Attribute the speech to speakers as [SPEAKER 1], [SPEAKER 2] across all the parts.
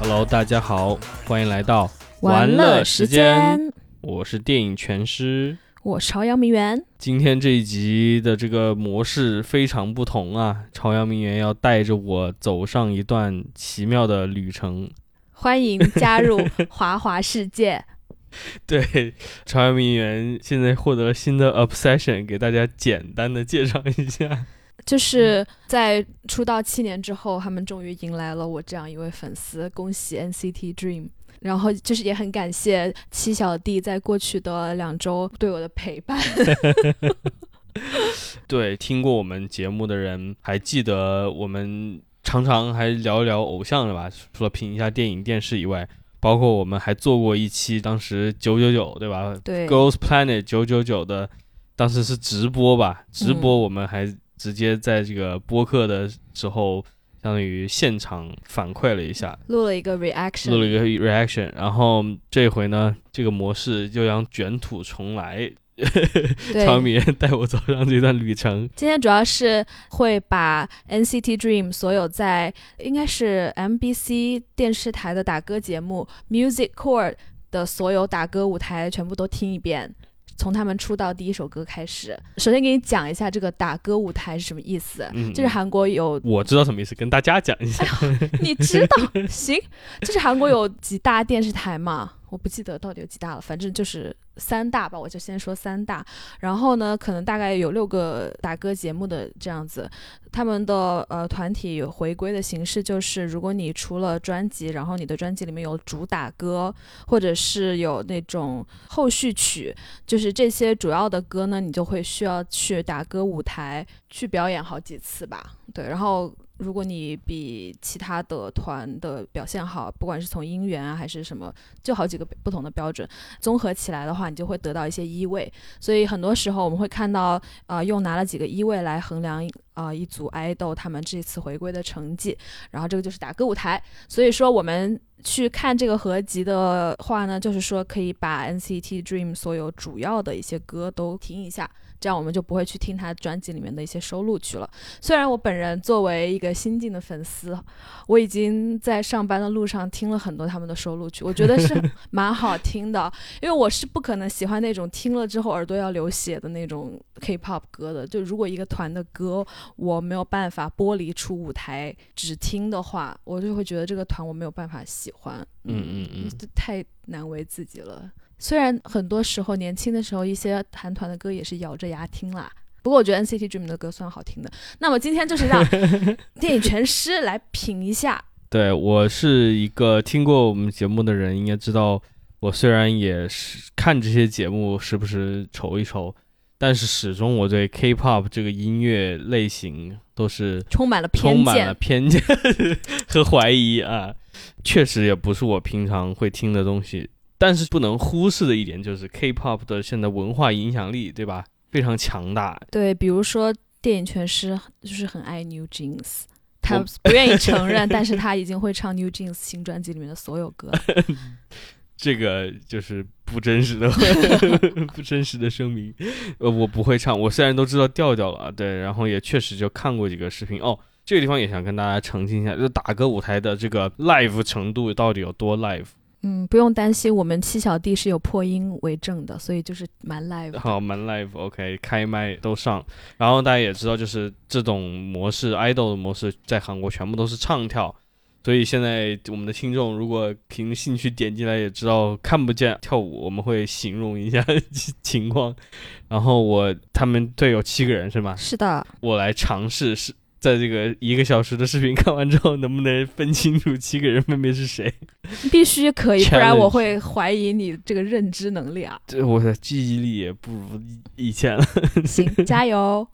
[SPEAKER 1] Hello，大家好，欢迎来到
[SPEAKER 2] 玩乐时
[SPEAKER 1] 间，
[SPEAKER 2] 间，
[SPEAKER 1] 我是电影全师。
[SPEAKER 2] 我是朝阳名媛。
[SPEAKER 1] 今天这一集的这个模式非常不同啊！朝阳名媛要带着我走上一段奇妙的旅程。
[SPEAKER 2] 欢迎加入华华世界。
[SPEAKER 1] 对，朝阳名媛现在获得了新的 obsession，给大家简单的介绍一下。
[SPEAKER 2] 就是在出道七年之后，他们终于迎来了我这样一位粉丝，恭喜 NCT Dream。然后就是也很感谢七小弟在过去的两周对我的陪伴。
[SPEAKER 1] 对，听过我们节目的人还记得我们常常还聊一聊偶像是吧？除了评一下电影、电视以外，包括我们还做过一期，当时九九九对吧
[SPEAKER 2] 对，
[SPEAKER 1] ？Girls Planet 九九九的，当时是直播吧？直播
[SPEAKER 2] 嗯
[SPEAKER 1] 我们还直接在这个播客的时候，相当于现场反馈了一下，
[SPEAKER 2] 录了一个
[SPEAKER 1] 录了
[SPEAKER 2] reaction。
[SPEAKER 1] 一个 reaction，然后这回呢，这个模式就将卷土重来。
[SPEAKER 2] 对，
[SPEAKER 1] 长米带我走上这段旅程，
[SPEAKER 2] 今天主要是会把 NCT Dream 所有在应该是 MBC 电视台的打歌节目 Music Core 的所有打歌舞台全部都听一遍，从他们出道第一首歌开始。首先给你讲一下这个打歌舞台是什么意思，
[SPEAKER 1] 嗯，
[SPEAKER 2] 就是韩国有
[SPEAKER 1] 我知道什么意思，跟大家讲一下。
[SPEAKER 2] 你知道行，就是韩国有几大电视台嘛，我不记得到底有几大了，反正就是三大吧，我就先说三大。然后呢，可能大概有六个打歌节目的这样子，他们的呃团体回归的形式就是，如果你出了专辑，然后你的专辑里面有主打歌，或者是有那种后续曲，就是这些主要的歌呢，你就会需要去打歌舞台去表演好几次吧。对，然后如果你比其他的团的表现好，不管是从音源啊还是什么，就好几个不同的标准，综合起来的话，你就会得到一些一位。所以很多时候我们会看到，呃，用拿了几个一位来衡量。呃，一组爱豆他们这次回归的成绩，然后这个就是打歌舞台。所以说，我们去看这个合集的话呢，就是说可以把 NCT Dream 所有主要的一些歌都听一下，这样我们就不会去听他专辑里面的一些收录曲了。虽然我本人作为一个新进的粉丝，我已经在上班的路上听了很多他们的收录曲，我觉得是 蛮好听的，因为我是不可能喜欢那种听了之后耳朵要流血的那种 K-pop 歌的。就如果一个团的歌我没有办法剥离出舞台只听的话，我就会觉得这个团我没有办法喜欢。
[SPEAKER 1] 嗯嗯嗯，
[SPEAKER 2] 这太难为自己了。虽然很多时候年轻的时候，一些韩团的歌也是咬着牙听啦。不过我觉得 NCT Dream 的歌算好听的。那么今天就 是让电影全师来品一下，
[SPEAKER 1] 对我是一个听过我们节目的人，应该知道，我虽然也是看这些节目，时不时瞅一瞅，但是始终我对 K-pop 这个音乐类型都是
[SPEAKER 2] 充满了
[SPEAKER 1] 充
[SPEAKER 2] 偏
[SPEAKER 1] 满了
[SPEAKER 2] 见。
[SPEAKER 1] 偏见 和怀疑啊。确实也不是我平常会听的东西，但是不能忽视的一点就是 K-pop 的现在文化影响力，对吧？非常强大，
[SPEAKER 2] 对，比如说电影全师就是很爱 New Jeans。他不愿意承认，但是他已经会唱 New Jeans 新专辑里面的所有歌 了。
[SPEAKER 1] 这个就是不真实的 不真实的声明。呃，我不会唱，我虽然都知道调调了啊，对，然后也确实就看过几个视频哦。这个地方也想跟大家澄清一下，就是打歌舞台的这个 live 程度到底有多 live？
[SPEAKER 2] 嗯，不用担心，我们七小弟是有破音为证的，所以就是蛮 live 的。
[SPEAKER 1] 好，蛮 live，OK，、开麦都上。然后大家也知道，就是这种模式，idol 的模式，在韩国全部都是唱跳。所以现在我们的听众如果凭兴趣点进来，也知道看不见跳舞，我们会形容一下 情况。然后我他们队有七个人是吗？
[SPEAKER 2] 是的，
[SPEAKER 1] 我来尝试是在这个一个小时的视频看完之后，能不能分清楚七个人分别是谁？
[SPEAKER 2] 必须可以，不然
[SPEAKER 1] Challenge。
[SPEAKER 2] 我会怀疑你这个认知能力啊
[SPEAKER 1] 这我的记忆力也不如以前了。
[SPEAKER 2] 行，加油！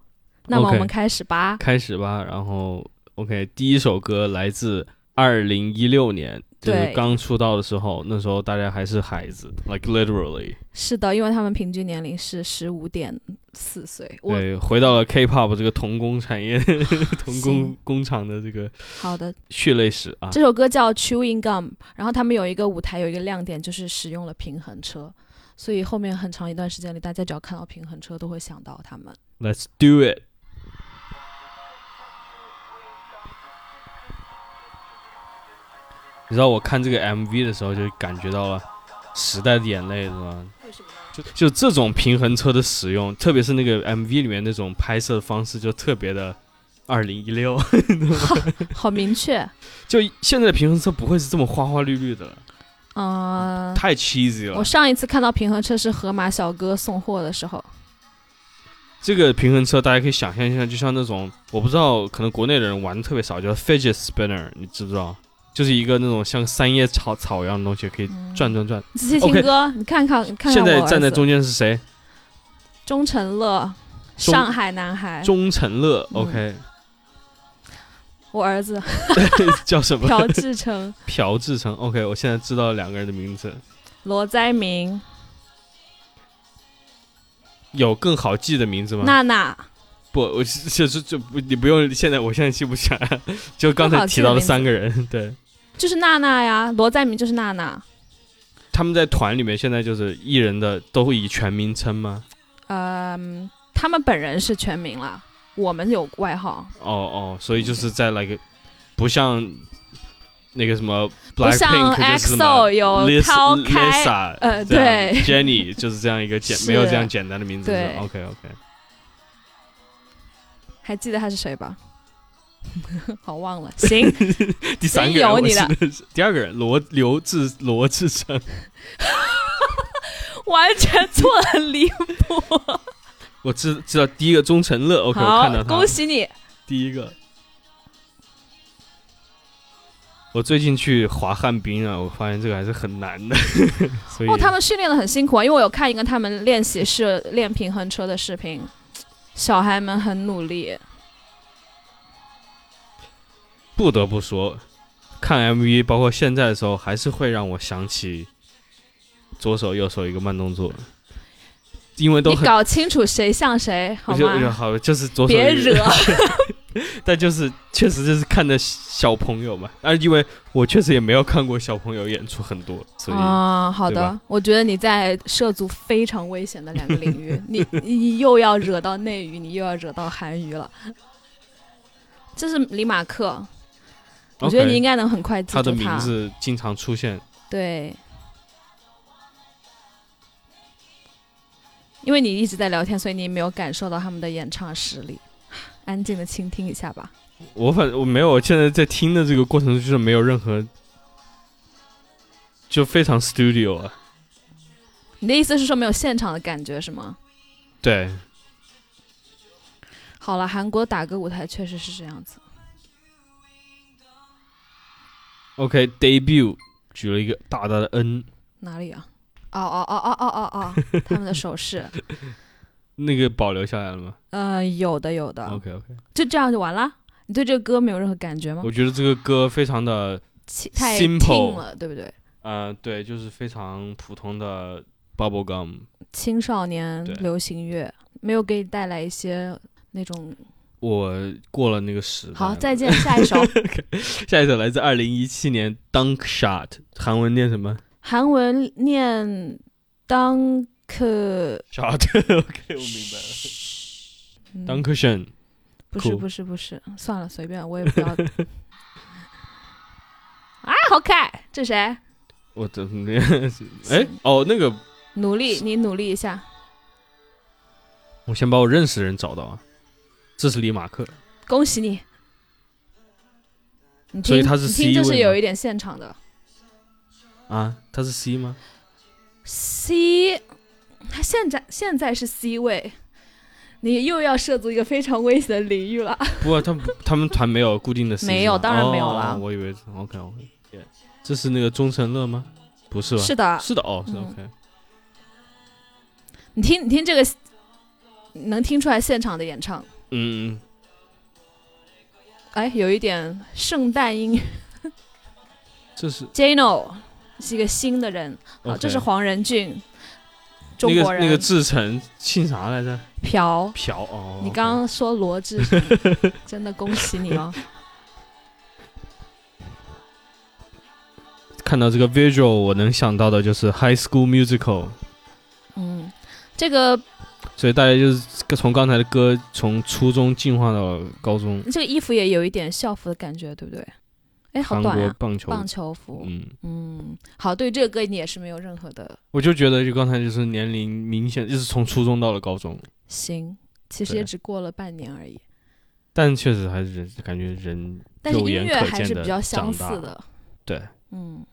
[SPEAKER 2] 那么
[SPEAKER 1] OK
[SPEAKER 2] 我们开始 吧。
[SPEAKER 1] 开始吧。然后，OK，第一首歌来自二零一六年，就是
[SPEAKER 2] 对
[SPEAKER 1] 刚出道的时候，那时候大家还是孩子，like literally，
[SPEAKER 2] 是的，因为他们平均年龄是十五点四岁。我
[SPEAKER 1] 对，回到了 K-pop 这个童工产业、 童工
[SPEAKER 2] 行
[SPEAKER 1] 工厂的这个
[SPEAKER 2] 好的，
[SPEAKER 1] 血泪史啊。
[SPEAKER 2] 这首歌叫《Chewing Gum》，然后他们有一个舞台有一个亮点就是使用了平衡车，所以后面很长一段时间里，大家只要看到平衡车都会想到他们。
[SPEAKER 1] Let's do it。你知道我看这个 MV 的时候就感觉到了时代的眼泪，是吧？
[SPEAKER 2] 为什么呢？
[SPEAKER 1] 就就这种平衡车的使用，特别是那个 MV 里面那种拍摄方式，就特别的二零一六。
[SPEAKER 2] 好明确，
[SPEAKER 1] 就现在的平衡车不会是这么花花绿绿的了，
[SPEAKER 2] 嗯、
[SPEAKER 1] 太 cheesy 了
[SPEAKER 2] 我。上一次看到平衡车是河马小哥送货的时候，
[SPEAKER 1] 这个平衡车大家可以想象一下，就像那种我不知道，可能国内的人玩的特别少，叫 fidget spinner，你知不知道？就是一个那种像三叶草草一样的东西，可以转转转。
[SPEAKER 2] 仔细听
[SPEAKER 1] OK
[SPEAKER 2] 歌你看看嗯看看
[SPEAKER 1] 现在
[SPEAKER 2] 我儿
[SPEAKER 1] 站在
[SPEAKER 2] 子
[SPEAKER 1] 中间是谁？
[SPEAKER 2] 钟成乐，
[SPEAKER 1] 钟
[SPEAKER 2] 上海男孩，
[SPEAKER 1] 钟成乐
[SPEAKER 2] 哎嗯
[SPEAKER 1] ，OK，
[SPEAKER 2] 我儿子
[SPEAKER 1] 叫什么？
[SPEAKER 2] 朴志诚、
[SPEAKER 1] 朴志诚，OK，我现在知道两个人的名字。
[SPEAKER 2] 罗灾明、
[SPEAKER 1] 有更好记的名字吗？
[SPEAKER 2] 娜娜，
[SPEAKER 1] 不，我是就是就不，你不用现在，我现在记不起来，就刚才提到的三个人，对，
[SPEAKER 2] 就是娜娜呀，罗灾明就是娜娜，
[SPEAKER 1] 他们在团里面现在就是艺人的都会以全名称吗？
[SPEAKER 2] 嗯、他们本人是全名了，我们有外号，
[SPEAKER 1] 哦哦，所以就是在那个不像那个什么
[SPEAKER 2] 不像
[SPEAKER 1] Blackpink 就是什么
[SPEAKER 2] EXO 有
[SPEAKER 1] Lis-
[SPEAKER 2] 掏开
[SPEAKER 1] Lisa
[SPEAKER 2] 呃
[SPEAKER 1] 这样
[SPEAKER 2] 对
[SPEAKER 1] Jenny 就是这样一个简
[SPEAKER 2] 是
[SPEAKER 1] 没有这样简单的名字
[SPEAKER 2] 对
[SPEAKER 1] OK OK，
[SPEAKER 2] 还记得他是谁吧？ 好 忘了，行，
[SPEAKER 1] 第三个人
[SPEAKER 2] 真有
[SPEAKER 1] 我
[SPEAKER 2] 你
[SPEAKER 1] 记
[SPEAKER 2] 的
[SPEAKER 1] 得是第二个人罗刘志罗志诚，
[SPEAKER 2] 完全错的很离谱。
[SPEAKER 1] 我知知道第一个钟成乐 OK 我看到
[SPEAKER 2] 好，
[SPEAKER 1] 他了
[SPEAKER 2] 恭喜你，
[SPEAKER 1] 第一个，我最近去滑旱冰啊，我发现这个还是很难的， 所以、
[SPEAKER 2] 哦，他们训练的很辛苦啊，因为我有看一个他们练习室练平衡车的视频，小孩们很努力。
[SPEAKER 1] 不得不说，看 MV 包括现在的时候，还是会让我想起左手右手一个慢动作，因为都
[SPEAKER 2] 你
[SPEAKER 1] 很。
[SPEAKER 2] 搞清楚谁像谁
[SPEAKER 1] 我
[SPEAKER 2] 好
[SPEAKER 1] 就我就
[SPEAKER 2] 吗？
[SPEAKER 1] 好，就是左手
[SPEAKER 2] 别
[SPEAKER 1] 一个
[SPEAKER 2] 惹，
[SPEAKER 1] 但就是确实就是看的小朋友嘛，啊，因为我确实也没有看过小朋友演出很多，所以、
[SPEAKER 2] 啊、好
[SPEAKER 1] 对
[SPEAKER 2] 的
[SPEAKER 1] 吧，
[SPEAKER 2] 我觉得你在涉足非常危险的两个领 域，你你又要惹到内娱，你又要惹到韩娱了。这是李马克，我觉得
[SPEAKER 1] OK，
[SPEAKER 2] 你应该能很快记
[SPEAKER 1] 他
[SPEAKER 2] 住
[SPEAKER 1] 的名字经常出现，
[SPEAKER 2] 对，因为你一直在聊天，所以你没有感受到他们的演唱实力。安静的倾听一下吧。
[SPEAKER 1] 我反我没有，我现在在听的这个过程中就是没有任何，就非常 studio 啊，
[SPEAKER 2] 你的意思是说没有现场的感觉是吗？
[SPEAKER 1] 对，
[SPEAKER 2] 好了，韩国打歌舞台确实是这样子。
[SPEAKER 1] OK debut 举了一个大大的 N，
[SPEAKER 2] 哪里啊？哦哦哦哦哦哦哦，他们的手 势，
[SPEAKER 1] 那个保留下来了吗、
[SPEAKER 2] 呃，有的有的，
[SPEAKER 1] o k OK，
[SPEAKER 2] 就这样就完了。你对这个歌没有任何感觉吗？
[SPEAKER 1] 我觉得这个歌非常的，
[SPEAKER 2] 气太
[SPEAKER 1] simple
[SPEAKER 2] 轻了，对不对？
[SPEAKER 1] 呃，对，就是非常普通的 bubble gum。
[SPEAKER 2] 青少年
[SPEAKER 1] 对
[SPEAKER 2] 流行乐没有给你带来一些那种
[SPEAKER 1] 我过了那个时代了。
[SPEAKER 2] 好，再见，下一 首。
[SPEAKER 1] 下一首来自二零一七年 Dunk Shot，韩文念什么
[SPEAKER 2] 韩文念 dunk，
[SPEAKER 1] ？Shot，OK，、我 明白了。Dunkerson，
[SPEAKER 2] 嗯不是
[SPEAKER 1] 酷
[SPEAKER 2] 不是不是，算了，随便，我也不 要。啊，好看，这谁？
[SPEAKER 1] 我怎么？ 哎，哦，那个
[SPEAKER 2] 努力，你努力一下。
[SPEAKER 1] 我先把我认识的人找到啊，这是李马克，
[SPEAKER 2] 恭喜你。你
[SPEAKER 1] 所以
[SPEAKER 2] 听，
[SPEAKER 1] 他是
[SPEAKER 2] 你听，这
[SPEAKER 1] C 位
[SPEAKER 2] 是
[SPEAKER 1] 吗
[SPEAKER 2] 有一点现场的。
[SPEAKER 1] 啊，他是 C 吗？
[SPEAKER 2] C，他现在现在是 C 位，你又要涉足一个非常危险的领域了。
[SPEAKER 1] 不过他们他们团没有固定的 C，
[SPEAKER 2] 没有
[SPEAKER 1] 是吗
[SPEAKER 2] 当然没有
[SPEAKER 1] 哦
[SPEAKER 2] 啦
[SPEAKER 1] 我以为 OK OK，这是那个钟成乐吗？不是吧？
[SPEAKER 2] 是的，
[SPEAKER 1] 是的哦，是的
[SPEAKER 2] 嗯
[SPEAKER 1] OK。
[SPEAKER 2] 你听，你听这个，能听出来现场的演唱。
[SPEAKER 1] 嗯，嗯
[SPEAKER 2] 哎，有一点圣诞音乐。
[SPEAKER 1] 这是
[SPEAKER 2] Jano 是一个新的人，
[SPEAKER 1] OK
[SPEAKER 2] 好啊这是黄仁俊，中
[SPEAKER 1] 那个
[SPEAKER 2] 国人。
[SPEAKER 1] 那个志成姓啥来着？
[SPEAKER 2] 朴，
[SPEAKER 1] 朴哦，
[SPEAKER 2] 你
[SPEAKER 1] OK
[SPEAKER 2] 刚刚说罗 志祥，真的恭喜你哦！
[SPEAKER 1] 看到这个 visual，我能想到的就是《High School Musical》，
[SPEAKER 2] 嗯，这个
[SPEAKER 1] 所以大家就是从刚才的歌从初中进化到了高中。
[SPEAKER 2] 这个衣服也有一点校服的感觉，对不对？哎，好
[SPEAKER 1] 韩
[SPEAKER 2] 短
[SPEAKER 1] 国
[SPEAKER 2] 啊！
[SPEAKER 1] 棒球，
[SPEAKER 2] 棒球服，
[SPEAKER 1] 嗯，
[SPEAKER 2] 嗯，好，对这个歌你也是没有任何的
[SPEAKER 1] 我就觉得就刚才就是年龄明显就是从初中到了高中，
[SPEAKER 2] 心，其实
[SPEAKER 1] 对
[SPEAKER 2] 也只过了半年而已，
[SPEAKER 1] 但确实还是人感觉人
[SPEAKER 2] 但是
[SPEAKER 1] 肉
[SPEAKER 2] 音
[SPEAKER 1] 眼
[SPEAKER 2] 乐
[SPEAKER 1] 可
[SPEAKER 2] 还
[SPEAKER 1] 见
[SPEAKER 2] 是
[SPEAKER 1] 的
[SPEAKER 2] 比较相
[SPEAKER 1] 长大
[SPEAKER 2] 似的，
[SPEAKER 1] 对，
[SPEAKER 2] 嗯，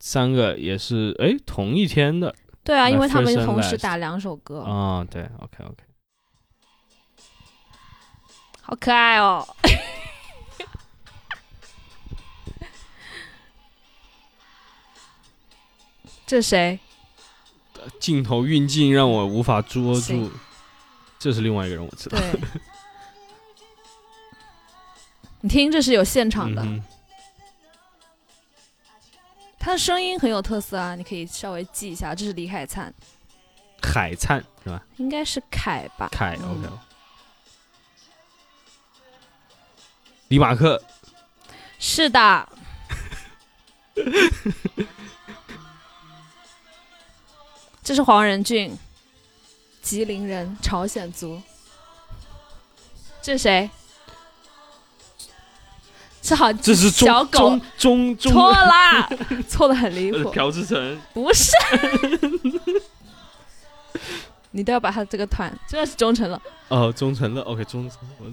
[SPEAKER 1] 三个也是哎同一天的
[SPEAKER 2] 对啊，
[SPEAKER 1] My
[SPEAKER 2] 因为他们
[SPEAKER 1] first and
[SPEAKER 2] 同时
[SPEAKER 1] last
[SPEAKER 2] 打两首歌，
[SPEAKER 1] 啊、对，OK OK，
[SPEAKER 2] 好可爱哦。 这谁？
[SPEAKER 1] 镜头运镜让我无法捉住
[SPEAKER 2] 行，
[SPEAKER 1] 这是另外一个人我知道
[SPEAKER 2] 对，你听，这是有现场
[SPEAKER 1] 嗯
[SPEAKER 2] 的，
[SPEAKER 1] 哼，
[SPEAKER 2] 他的声音很有特色啊，你可以稍微记一下。这是李凯灿，
[SPEAKER 1] 凯灿是吧？
[SPEAKER 2] 应该是凯吧？
[SPEAKER 1] 凯
[SPEAKER 2] 嗯
[SPEAKER 1] OK，李马克
[SPEAKER 2] 是的。 这是黄仁俊，吉林人，朝鲜族。这是谁？这好，
[SPEAKER 1] 这是中
[SPEAKER 2] 小狗
[SPEAKER 1] 中中中
[SPEAKER 2] 错啦，错的很离
[SPEAKER 1] 呃
[SPEAKER 2] 谱。
[SPEAKER 1] 朴智诚，
[SPEAKER 2] 不是， 你都要把他这个团，这是忠诚了。
[SPEAKER 1] 哦，忠诚了，OK，忠诚，我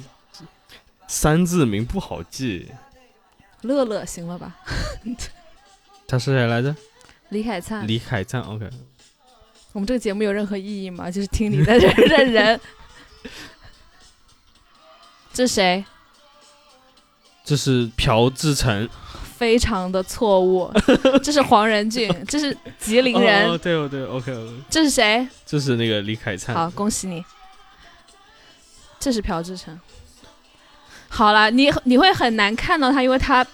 [SPEAKER 1] 三字名不好记，
[SPEAKER 2] 乐乐行了吧？
[SPEAKER 1] 他是谁来着？
[SPEAKER 2] 李凯灿，
[SPEAKER 1] 李凯灿，OK，
[SPEAKER 2] 我们这个节目有任何意义吗？就是听你在这儿 认人。这谁？
[SPEAKER 1] 这是朴智诚，
[SPEAKER 2] 非常的错误。这是黄仁俊，这是吉林人，
[SPEAKER 1] 哦哦，对哦对，OK，
[SPEAKER 2] 这是谁？
[SPEAKER 1] 这是那个李凯灿，
[SPEAKER 2] 好，恭喜你。这是朴智诚。好了，你你会很难看到他，因为他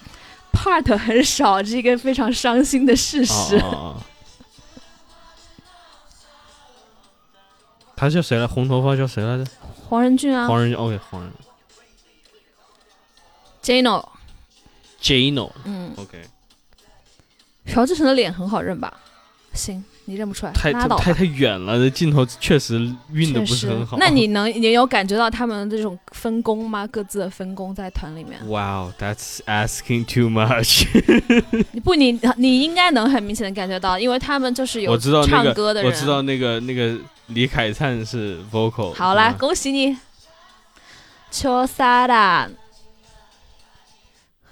[SPEAKER 2] part 很少，这是一个非常伤心的事
[SPEAKER 1] 哦
[SPEAKER 2] 实。
[SPEAKER 1] 哦哦他叫谁来？红头发叫谁来着？
[SPEAKER 2] 黄仁俊啊
[SPEAKER 1] 黄人，OK，黄人
[SPEAKER 2] ，Jano，
[SPEAKER 1] ，Jano，OK，
[SPEAKER 2] 嗯，朴智诚的脸很好认吧？行，你认不出来，
[SPEAKER 1] 太
[SPEAKER 2] 拉倒吧
[SPEAKER 1] 太。太远了，这镜头确实运的不
[SPEAKER 2] 确实
[SPEAKER 1] 是很好。
[SPEAKER 2] 那你能你有感觉到他们这种分工吗？各自的分工在团里面？
[SPEAKER 1] Wow，that's asking too much
[SPEAKER 2] 你不，你你应该能很明显的感觉到，因为他们就是有
[SPEAKER 1] 我知道那
[SPEAKER 2] 唱
[SPEAKER 1] 个
[SPEAKER 2] 歌的
[SPEAKER 1] 我
[SPEAKER 2] 人。
[SPEAKER 1] 知道那个那个李凯灿是 vocal。
[SPEAKER 2] 好啦，，恭喜你，秋萨啦。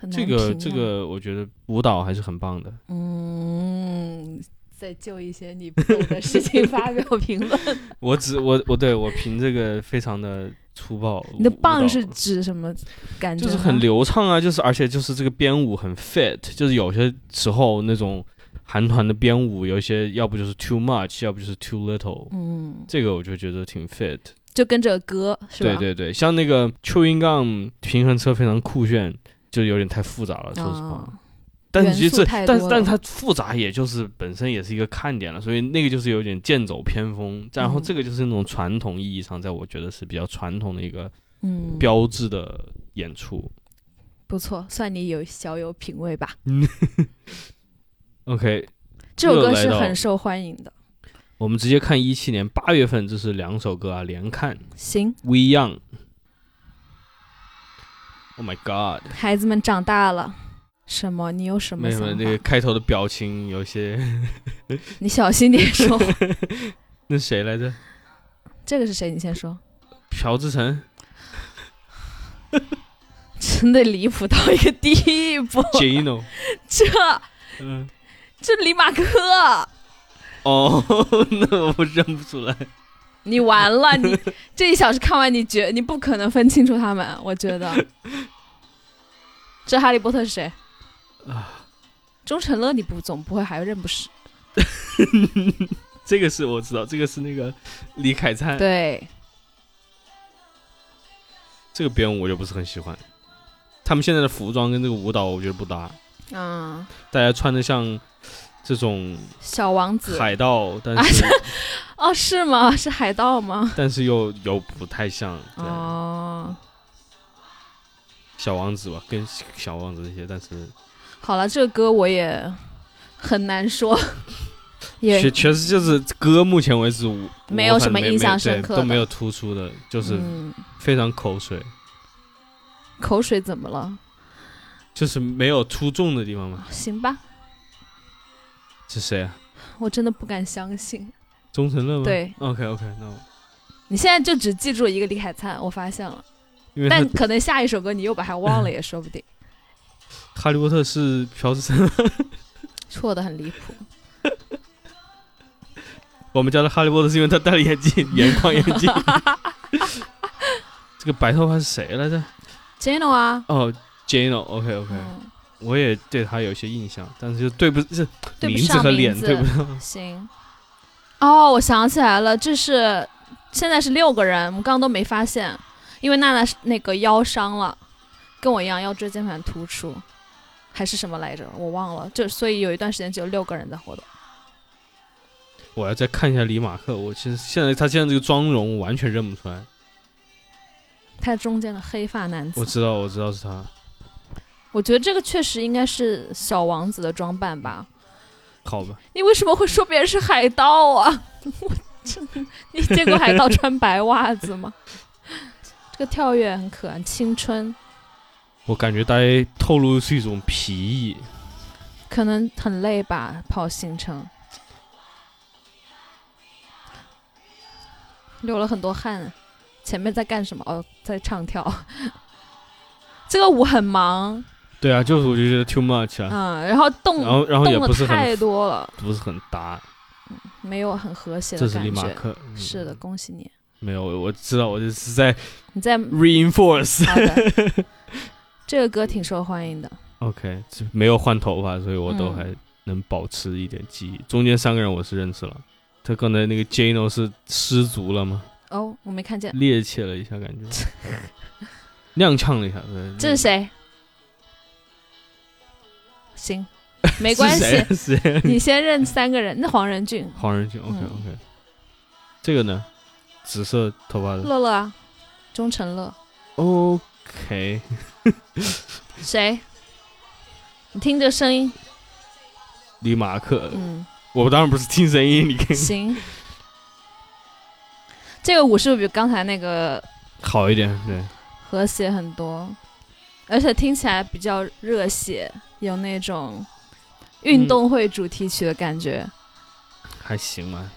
[SPEAKER 2] 很难
[SPEAKER 1] 这
[SPEAKER 2] 评
[SPEAKER 1] 个
[SPEAKER 2] 啊
[SPEAKER 1] 这，个我觉得舞蹈还是很棒的。
[SPEAKER 2] 嗯，再就一些你不懂的 事情发表评论。
[SPEAKER 1] 我只我我对我评这个非常的粗暴。
[SPEAKER 2] 你的
[SPEAKER 1] 舞
[SPEAKER 2] 棒
[SPEAKER 1] 蹈
[SPEAKER 2] 是指什么感觉
[SPEAKER 1] 就是
[SPEAKER 2] 呢？
[SPEAKER 1] 很流畅啊，就是而且就是这个编舞很 fit，就是有些时候那种韩团的编舞，有一些要不就是 too much，要不就是 too little，、
[SPEAKER 2] 嗯，
[SPEAKER 1] 这个我就觉得挺 fit。
[SPEAKER 2] 就跟着歌是吧？
[SPEAKER 1] 对对对，像那个蚯蚓杠平衡车非常酷炫，就有点太复杂了，说实话。
[SPEAKER 2] 啊，
[SPEAKER 1] 但是
[SPEAKER 2] 元
[SPEAKER 1] 其实
[SPEAKER 2] 素
[SPEAKER 1] 这，
[SPEAKER 2] 太
[SPEAKER 1] 但
[SPEAKER 2] 多
[SPEAKER 1] 但
[SPEAKER 2] 了
[SPEAKER 1] 它复杂，也就是本身也是一个看点了，所以那个就是有点剑走偏锋。然后
[SPEAKER 2] 嗯
[SPEAKER 1] 这个就是那种传统意义上，在我觉得是比较传统的一个
[SPEAKER 2] 嗯，
[SPEAKER 1] 标志的演出。
[SPEAKER 2] 不错，算你有小有品味吧。
[SPEAKER 1] OK，
[SPEAKER 2] 这首
[SPEAKER 1] 又
[SPEAKER 2] 歌
[SPEAKER 1] 来
[SPEAKER 2] 是
[SPEAKER 1] 到
[SPEAKER 2] 很受欢迎的。
[SPEAKER 1] 我们直接看一七年八月份，这是两首歌啊，连看《
[SPEAKER 2] 行，
[SPEAKER 1] We Young》。Oh my God！
[SPEAKER 2] 孩子们长大了，什么？你有什么
[SPEAKER 1] 没
[SPEAKER 2] 想
[SPEAKER 1] 有
[SPEAKER 2] 法？
[SPEAKER 1] 那个开头的表情有些，
[SPEAKER 2] 你小心点说 话。
[SPEAKER 1] 那谁来着？
[SPEAKER 2] 这个是谁？你先说。
[SPEAKER 1] 朴智 诚
[SPEAKER 2] 真的离谱到一个地步，
[SPEAKER 1] ，Jino，
[SPEAKER 2] 这
[SPEAKER 1] 嗯，
[SPEAKER 2] 这李马克，
[SPEAKER 1] 哦， 那我认不出来。
[SPEAKER 2] 你完 了！你这一小时看完，你觉你不可能分清楚他们，我觉得。这哈利波特是谁？钟成乐，你不总不会还认不识？
[SPEAKER 1] 这个是我知道，这个是那个李凯灿，
[SPEAKER 2] 对，
[SPEAKER 1] 这个编舞我就不是很喜欢。他们现在的服装跟这个舞蹈我觉得不搭，
[SPEAKER 2] 嗯，
[SPEAKER 1] 大家穿的像这种
[SPEAKER 2] 小王子
[SPEAKER 1] 海盗， 但是、
[SPEAKER 2] 哦，是吗？ 是海盗吗？
[SPEAKER 1] 但是又又不太像。对，
[SPEAKER 2] 哦，
[SPEAKER 1] 小王子吧，跟小王子这些，但是
[SPEAKER 2] 好了，这个歌我也很难说， 也
[SPEAKER 1] 确确实就是歌，目前为止我
[SPEAKER 2] 没有
[SPEAKER 1] 我反
[SPEAKER 2] 什么
[SPEAKER 1] 正没
[SPEAKER 2] 印象
[SPEAKER 1] 没对
[SPEAKER 2] 深刻的
[SPEAKER 1] 都没有突出的，就是
[SPEAKER 2] 嗯，
[SPEAKER 1] 非常口水。
[SPEAKER 2] 口水怎么了？
[SPEAKER 1] 就是没有出众的地方吗？
[SPEAKER 2] 行吧，
[SPEAKER 1] 是谁啊？
[SPEAKER 2] 我真的不敢相信。
[SPEAKER 1] 钟成乐吗？
[SPEAKER 2] 对
[SPEAKER 1] ，OK OK，那我
[SPEAKER 2] 你现在就只记住了一个李凯灿，我发现了，
[SPEAKER 1] 因为他嗯
[SPEAKER 2] 但
[SPEAKER 1] 《
[SPEAKER 2] 可能下一首歌你又把它忘了也说不定，
[SPEAKER 1] 哈利波特》是朴智森，
[SPEAKER 2] 错的很离谱。
[SPEAKER 1] 我们叫他哈利波特是因为他戴了眼镜，眼框眼 镜。这个白头发是谁来着？
[SPEAKER 2] Jeno 啊，
[SPEAKER 1] 哦，Jano，OK OK，,
[SPEAKER 2] 嗯，
[SPEAKER 1] 我也对他有些印象，但是就对不是
[SPEAKER 2] 对不
[SPEAKER 1] 名字
[SPEAKER 2] 上
[SPEAKER 1] 和脸
[SPEAKER 2] 名字
[SPEAKER 1] 对不上。
[SPEAKER 2] 行。哦，我想起来了，这是现在是六个人，我们刚刚都没发现，因为娜娜是那个腰伤了，跟我一样腰椎间盘突出，还是什么来着，我忘了。就所以有一段时间只有六个人在活动。
[SPEAKER 1] 我要再看一下李马克，我其实现在他现在这个妆容我完全认不出 来。
[SPEAKER 2] 他中间的黑发男子
[SPEAKER 1] 我，知道，我知道是他，
[SPEAKER 2] 我觉得这个确实应该是小王子的装扮吧。
[SPEAKER 1] 好吧？
[SPEAKER 2] 你为什么会说别人是海盗啊？ 我真的，你见过海盗穿白袜子吗？ 这个跳跃很可爱，青春
[SPEAKER 1] 我感觉大家透露出一种疲意。
[SPEAKER 2] 可能很累吧，跑行程，流了很多汗。前面在干什么？哦，在唱跳。 这个舞很忙，
[SPEAKER 1] 对啊，就是我就觉得 too much 啊，
[SPEAKER 2] 嗯，然后动
[SPEAKER 1] 然后然后也
[SPEAKER 2] 动
[SPEAKER 1] 不
[SPEAKER 2] 的
[SPEAKER 1] 是很
[SPEAKER 2] 太多了，
[SPEAKER 1] 不是很搭。
[SPEAKER 2] 没有很和谐
[SPEAKER 1] 这
[SPEAKER 2] 的
[SPEAKER 1] 是李
[SPEAKER 2] 感
[SPEAKER 1] 马
[SPEAKER 2] 觉。
[SPEAKER 1] 克，嗯
[SPEAKER 2] 是的，，恭喜你，
[SPEAKER 1] 没有，我我知道，我就是在
[SPEAKER 2] 你在
[SPEAKER 1] reinforce。
[SPEAKER 2] 好的， 这个歌挺受欢迎的。
[SPEAKER 1] OK，这没有换头发，所以我都
[SPEAKER 2] 嗯
[SPEAKER 1] 还能保持一点记忆。中间三个人我是认识了，他刚才那个 Jano 是失足了吗？
[SPEAKER 2] 哦，我没看见，
[SPEAKER 1] 趔趄了一下，感觉踉跄了一下。 对
[SPEAKER 2] 这是谁？行，没关系，
[SPEAKER 1] 是谁啊 谁啊
[SPEAKER 2] 你先认三个人。那黄仁俊、
[SPEAKER 1] 黄仁俊，OK
[SPEAKER 2] 嗯
[SPEAKER 1] OK，、这个呢，紫色头发的
[SPEAKER 2] 乐乐啊，钟成乐，
[SPEAKER 1] ，OK，
[SPEAKER 2] 谁？你听这声音，
[SPEAKER 1] 李马克，
[SPEAKER 2] 嗯，
[SPEAKER 1] 我当然不是听声音，你 看
[SPEAKER 2] 行。这个舞是不是比刚才那个
[SPEAKER 1] 好一点，对，
[SPEAKER 2] 和谐很多，而且听起来比较热血，有那种运动会主题曲的感觉。
[SPEAKER 1] 还行吧，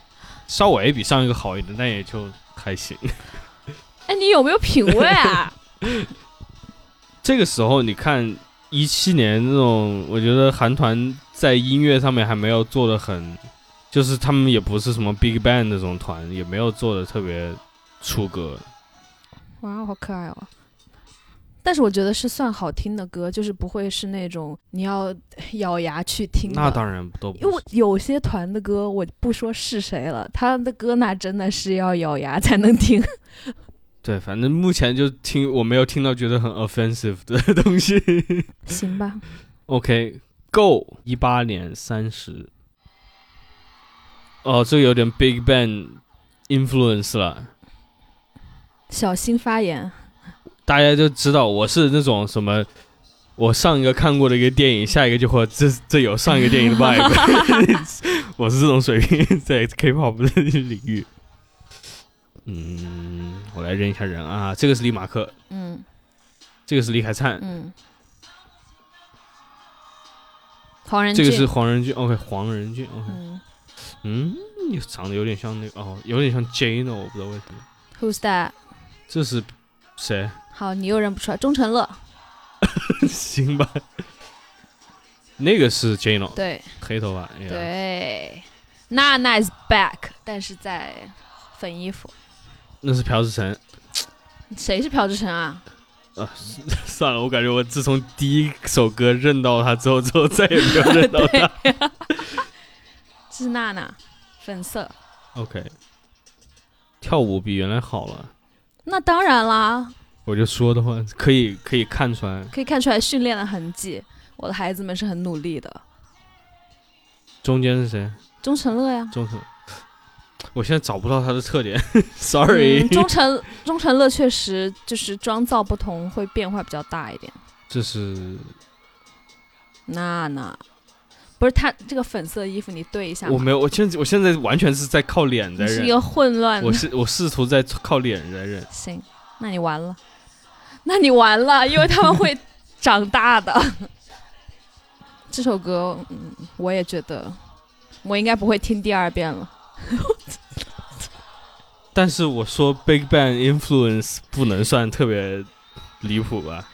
[SPEAKER 1] 稍微比上一个好一点，但也就还行。
[SPEAKER 2] 哎、你有没有品味啊？
[SPEAKER 1] 这个时候你看一七年那种，我觉得韩团在音乐上面还没有做的很，就是他们也不是什么 Big Bang 那种团，也没有做的特别出格。
[SPEAKER 2] 哇，好可爱哦！但是我觉得是算好听的歌，就是不会是那种你要咬牙去听的。
[SPEAKER 1] 那当然都
[SPEAKER 2] 因
[SPEAKER 1] 不
[SPEAKER 2] 为
[SPEAKER 1] 是，
[SPEAKER 2] 有些团的歌我不说是谁了，他的歌那真的是要咬牙才能听。
[SPEAKER 1] 对，反正目前就听我没有听到觉得很 offensive 的东西。
[SPEAKER 2] 行吧，
[SPEAKER 1] OK，Go 一八年三十，哦，这个有点 Big Bang influence 了。
[SPEAKER 2] 小心发言。
[SPEAKER 1] 大家就知道我是那种什么，我上一个看过的一个电影，下一个就会这这有上一个电影的 vibe，我是这种水平在 K-pop 的领域。嗯，我来认一下人啊，这个是李马克，
[SPEAKER 2] 嗯
[SPEAKER 1] 这个是李凯灿，
[SPEAKER 2] 嗯。黄仁
[SPEAKER 1] 这
[SPEAKER 2] 俊，
[SPEAKER 1] 个是黄仁俊，OK，黄仁俊，OK，
[SPEAKER 2] 嗯
[SPEAKER 1] 嗯，长得有点像那个哦，有点像 Jano，我不知道为什么，
[SPEAKER 2] ，Who's that？
[SPEAKER 1] 这是谁？
[SPEAKER 2] 好，你又认不出来，钟成乐。
[SPEAKER 1] 行吧，那个是 Jano，
[SPEAKER 2] 对
[SPEAKER 1] 黑头发，哎呀
[SPEAKER 2] 对，娜娜 is back，但是在粉衣服。
[SPEAKER 1] 那是朴智诚。
[SPEAKER 2] 谁是朴智诚啊？
[SPEAKER 1] 啊， 算了，我感觉我自从第一首歌认到他之后，之后再也没有认 到他。
[SPEAKER 2] 这是娜娜，粉色。
[SPEAKER 1] OK，跳舞比原来好了，
[SPEAKER 2] 那当然啦，
[SPEAKER 1] 我就说的话可以可以看出来，
[SPEAKER 2] 可以看出来训练的痕迹。我的孩子们是很努力的。
[SPEAKER 1] 中间是谁？
[SPEAKER 2] 钟成乐呀
[SPEAKER 1] 中层。我现在找不到他的特点 ，sorry、
[SPEAKER 2] 嗯钟成钟成乐确实就是妆造不同，会变化比较大一点。
[SPEAKER 1] 这是
[SPEAKER 2] 娜娜，不是她这个粉色衣服，你对一下
[SPEAKER 1] 我
[SPEAKER 2] 嘛。
[SPEAKER 1] 没有，我现在我现在完全是在靠脸在
[SPEAKER 2] 你是一个
[SPEAKER 1] 认，
[SPEAKER 2] 混乱的
[SPEAKER 1] 我。是我试图在靠脸在认，
[SPEAKER 2] 行，那你完了，那你完了，因为他们会长大的。 这首歌，嗯，我也觉得我应该不会听第二遍了。
[SPEAKER 1] 但是我说 Big Bang influence 不能算特别离谱吧，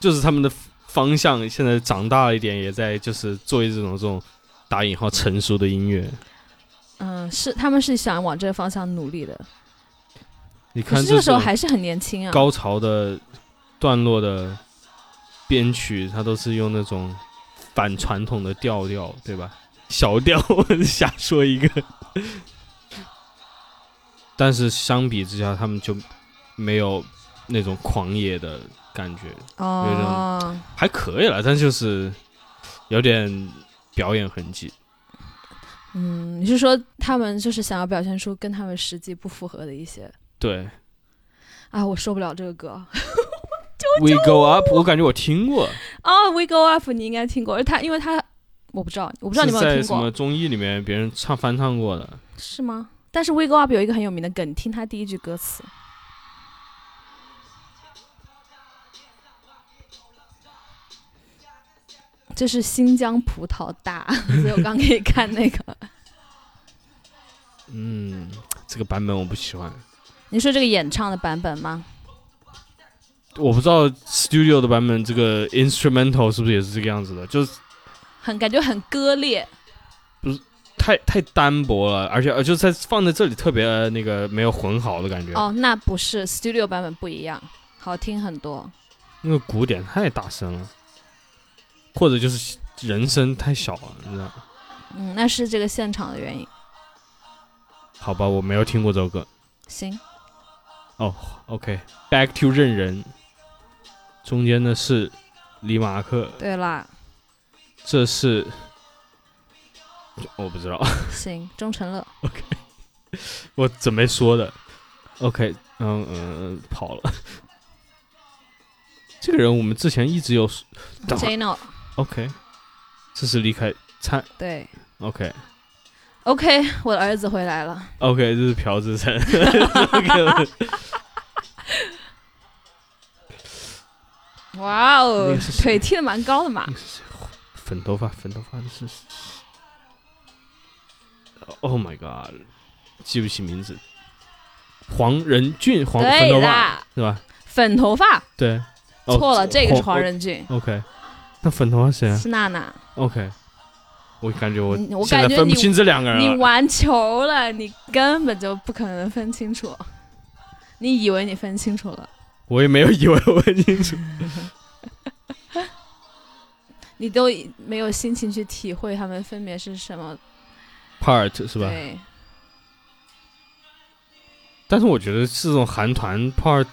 [SPEAKER 1] 就是他们的方向现在长大了一点，也在就是做一种这种打引号成熟的音乐。
[SPEAKER 2] 嗯，是他们是想往这个方向努力的，
[SPEAKER 1] 你
[SPEAKER 2] 可
[SPEAKER 1] 看
[SPEAKER 2] 是这个时候
[SPEAKER 1] 种
[SPEAKER 2] 还是很年轻啊。
[SPEAKER 1] 高潮的段落的编曲，它都是用那种反传统的调调，对吧？小调，我瞎说一个。
[SPEAKER 2] 嗯
[SPEAKER 1] 但是相比之下，他们就没有那种狂野的感觉，
[SPEAKER 2] 哦，
[SPEAKER 1] 还可以了，但就是有点表演痕迹。
[SPEAKER 2] 嗯，你是说他们就是想要表现出跟他们实际不符合的一些？
[SPEAKER 1] 对
[SPEAKER 2] 啊，我受不了这个歌。
[SPEAKER 1] ，We Go Up，我感觉我听过，
[SPEAKER 2] 哦、w e Go Up，你应该听过，他因为他我不知道，我不
[SPEAKER 1] 不
[SPEAKER 2] 知道你有没有
[SPEAKER 1] 在
[SPEAKER 2] 听
[SPEAKER 1] 什
[SPEAKER 2] 过，
[SPEAKER 1] 么综艺里面别人唱翻唱过的。
[SPEAKER 2] 是吗？但是 We Go Up 有一个很有名的梗，你听他第一句歌词，这是新疆葡萄大， 所以我刚可以看那个。
[SPEAKER 1] 嗯，这个版本我不喜欢。
[SPEAKER 2] 你说这个演唱的版本吗？
[SPEAKER 1] 我不知道 studio 的版本这个 instrumental 是不是也是这个样子的，就是
[SPEAKER 2] 很感觉很割裂，
[SPEAKER 1] 太太单薄了，而且呃，就在放在这里特别呃那个没有混好的感觉。
[SPEAKER 2] 哦，那不是 studio 版本不一样，好听很多。
[SPEAKER 1] 那个鼓点太大声了，或者就是人声太小了，你知道吗？
[SPEAKER 2] 嗯，那是这个现场的原因。
[SPEAKER 1] 好吧，我没有听过这首歌。
[SPEAKER 2] 行，
[SPEAKER 1] OK，Back、to 认人，中间的是李马克，
[SPEAKER 2] 对啦，
[SPEAKER 1] 这是我不知道，
[SPEAKER 2] 行，钟成乐，
[SPEAKER 1] 我准备说的。OK，嗯嗯，跑了。 这个人我们之前一直有说等会儿
[SPEAKER 2] j n o
[SPEAKER 1] OK，这是离开参
[SPEAKER 2] 对
[SPEAKER 1] OK
[SPEAKER 2] ，OK，我的儿子回来了。
[SPEAKER 1] OK，这是朴智诚。OK，
[SPEAKER 2] 哇哦
[SPEAKER 1] 那个是，谁
[SPEAKER 2] 腿踢得蛮高的嘛。
[SPEAKER 1] 粉头发，粉头发这是。Oh my god，记不起名字。黄仁俊，黄粉头
[SPEAKER 2] 对
[SPEAKER 1] 发
[SPEAKER 2] 啦，
[SPEAKER 1] 是吧？
[SPEAKER 2] 粉头发，
[SPEAKER 1] 对，哦
[SPEAKER 2] 错了，这个是
[SPEAKER 1] 黄
[SPEAKER 2] 黄仁俊，
[SPEAKER 1] OK，那粉头发谁啊
[SPEAKER 2] 是娜娜。
[SPEAKER 1] ？OK，我感觉我
[SPEAKER 2] 你我
[SPEAKER 1] 现在
[SPEAKER 2] 感觉
[SPEAKER 1] 分不
[SPEAKER 2] 你
[SPEAKER 1] 清这两个
[SPEAKER 2] 你
[SPEAKER 1] 人了。啊
[SPEAKER 2] 玩球了，你根本就不可能分清楚。你以为你分清楚了，
[SPEAKER 1] 我也没有以为我分清楚。
[SPEAKER 2] 你都没有心情去体会他们分别是什么，
[SPEAKER 1] Part 是吧？
[SPEAKER 2] 对，
[SPEAKER 1] 但是我觉得是这种韩团 part，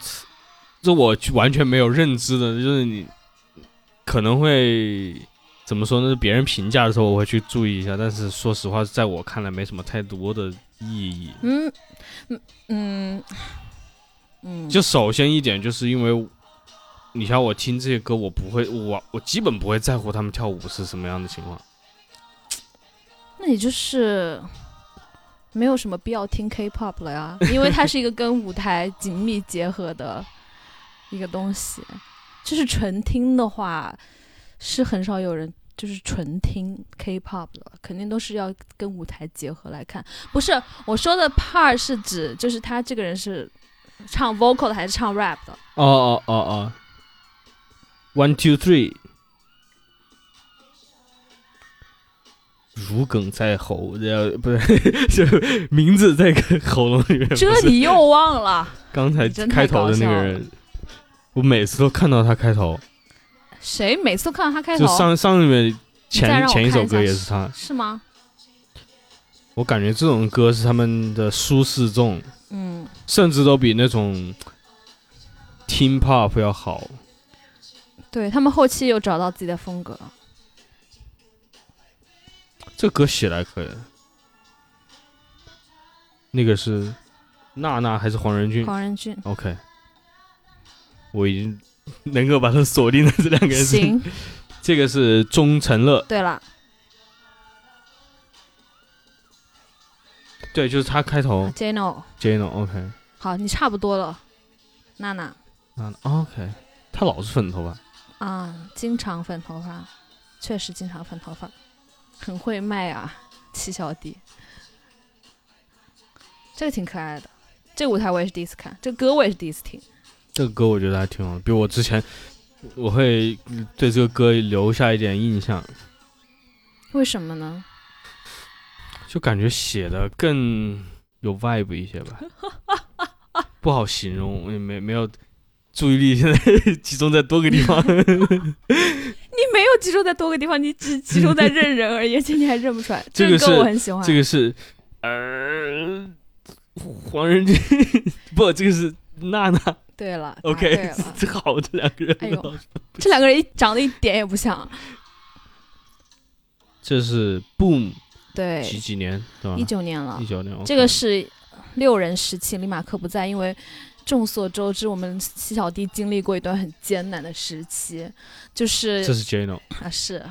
[SPEAKER 1] 这我完全没有认知的，就是你可能会怎么说呢？别人评价的时候我会去注意一下，但是说实话，在我看来没什么太多的意义。
[SPEAKER 2] 嗯嗯嗯嗯，
[SPEAKER 1] 就首先一点，就是因为你像我听这些歌，我不会，我我基本不会在乎他们跳舞是什么样的情况。
[SPEAKER 2] 那你就是没有什么必要听 K-pop 了呀，因为它是一个跟舞台紧密结合的一个东西。就是纯听的话，是很少有人就是纯听 K-pop 的，肯定都是要跟舞台结合来看。不是我说的 part 是指就是他这个人是唱 vocal 的还是唱 rap 的？
[SPEAKER 1] 哦哦哦哦，One Two Three，如鲠在喉，呃，不是， 就是名字在喉咙里面。 不
[SPEAKER 2] 这
[SPEAKER 1] 是
[SPEAKER 2] 你又忘了？
[SPEAKER 1] 刚才
[SPEAKER 2] 你真太
[SPEAKER 1] 开头的那
[SPEAKER 2] 搞
[SPEAKER 1] 个
[SPEAKER 2] 笑了
[SPEAKER 1] 人，我每次都看到他开头，
[SPEAKER 2] 谁每次都看到他开
[SPEAKER 1] 就
[SPEAKER 2] 头
[SPEAKER 1] 上上面
[SPEAKER 2] 你再
[SPEAKER 1] 前
[SPEAKER 2] 让我
[SPEAKER 1] 前一首
[SPEAKER 2] 看一下
[SPEAKER 1] 歌也是他。
[SPEAKER 2] 是吗？
[SPEAKER 1] 我感觉这种歌是他们的舒适众，
[SPEAKER 2] 嗯，
[SPEAKER 1] 甚至都比那种 teen pop 要好。
[SPEAKER 2] 对他们后期有找到自己的风格。
[SPEAKER 1] 这歌写来可以。那个是娜娜还是黄仁俊
[SPEAKER 2] 黄仁俊。
[SPEAKER 1] ？OK，我已经 能够把它锁定在这两个人身上。
[SPEAKER 2] 行，
[SPEAKER 1] 这个是钟成乐，
[SPEAKER 2] 对了，
[SPEAKER 1] 对，就是他开头
[SPEAKER 2] j n o
[SPEAKER 1] ，Jano。OK，
[SPEAKER 2] 好，你差不多了。娜娜，
[SPEAKER 1] 娜娜啊 OK，他老是粉头发，
[SPEAKER 2] 啊，经常粉头发，确实经常粉头发，很会卖啊，七小弟，这个挺可爱的。这个舞台我也是第一次看，这个歌我也是第一次听。
[SPEAKER 1] 这个歌我觉得还挺好的，比我之前我会嗯对这个歌留下一点印象，
[SPEAKER 2] 为什么呢？
[SPEAKER 1] 就感觉写的更有 vibe 一些 吧，不好形容，我也没没有注意力现在集中在多个地 方，
[SPEAKER 2] 你没有集中在多个地方，你只集中在认人而已，而且你还认不出来。
[SPEAKER 1] 这
[SPEAKER 2] 个
[SPEAKER 1] 个
[SPEAKER 2] 歌
[SPEAKER 1] 是
[SPEAKER 2] 我很喜欢。
[SPEAKER 1] 这个是呃黄仁俊， 不，这个是娜娜
[SPEAKER 2] 对了答啊对
[SPEAKER 1] ，OK，。
[SPEAKER 2] 了啊
[SPEAKER 1] 好的两个人，
[SPEAKER 2] 哎呦，这两个人一长得一点也不像。
[SPEAKER 1] 这是 Boom
[SPEAKER 2] 对，
[SPEAKER 1] 几几年对吧
[SPEAKER 2] 一？九年了
[SPEAKER 1] 啊一。九年，
[SPEAKER 2] 这个是六人时期，李马克不在，因为众所周知，我们七小弟经历过一段很艰难的时期，就是
[SPEAKER 1] 这是 Jano，
[SPEAKER 2] 啊是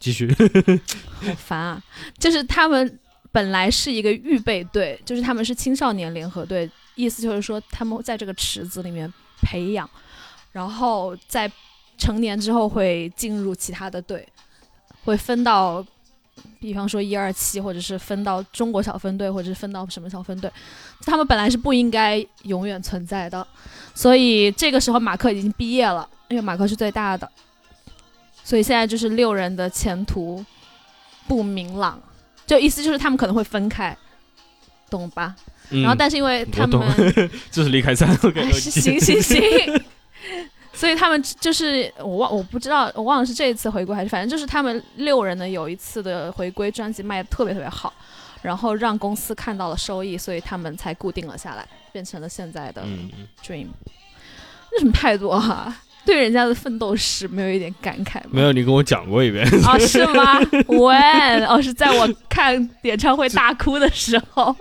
[SPEAKER 1] 继 续。
[SPEAKER 2] 好 烦啊，就是他们本来是一个预备队，就是他们是青少年联合队，意思就是说他们在这个池子里面培养，然后在成年之后会进入其他的队，会分到。比方说一二七，或者是分到中国小分队，或者是分到什么小分队，他们本来是不应该永远存在的，所以这个时候马克已经毕业了，因为马克是最大的，所以现在就是六人的前途不明朗，就意思就是他们可能会分开，懂吧？
[SPEAKER 1] 嗯
[SPEAKER 2] 然后但是因为他们
[SPEAKER 1] 我， 这是李凯灿。OK，
[SPEAKER 2] 哎
[SPEAKER 1] 我记
[SPEAKER 2] 行行行，所以他们就是我忘我不知道我忘了是这一次回归还是反正就是他们六人呢有一次的回归专辑卖的特别特别好，然后让公司看到了收益，所以他们才固定了下来，变成了现在的
[SPEAKER 1] 嗯，嗯
[SPEAKER 2] Dream。这什么态度啊？ 对人家的奋斗史没有一点感慨吗？
[SPEAKER 1] 没有，你跟我讲过一遍。
[SPEAKER 2] 啊，是吗？When 哦，是在我看演唱会大哭的时候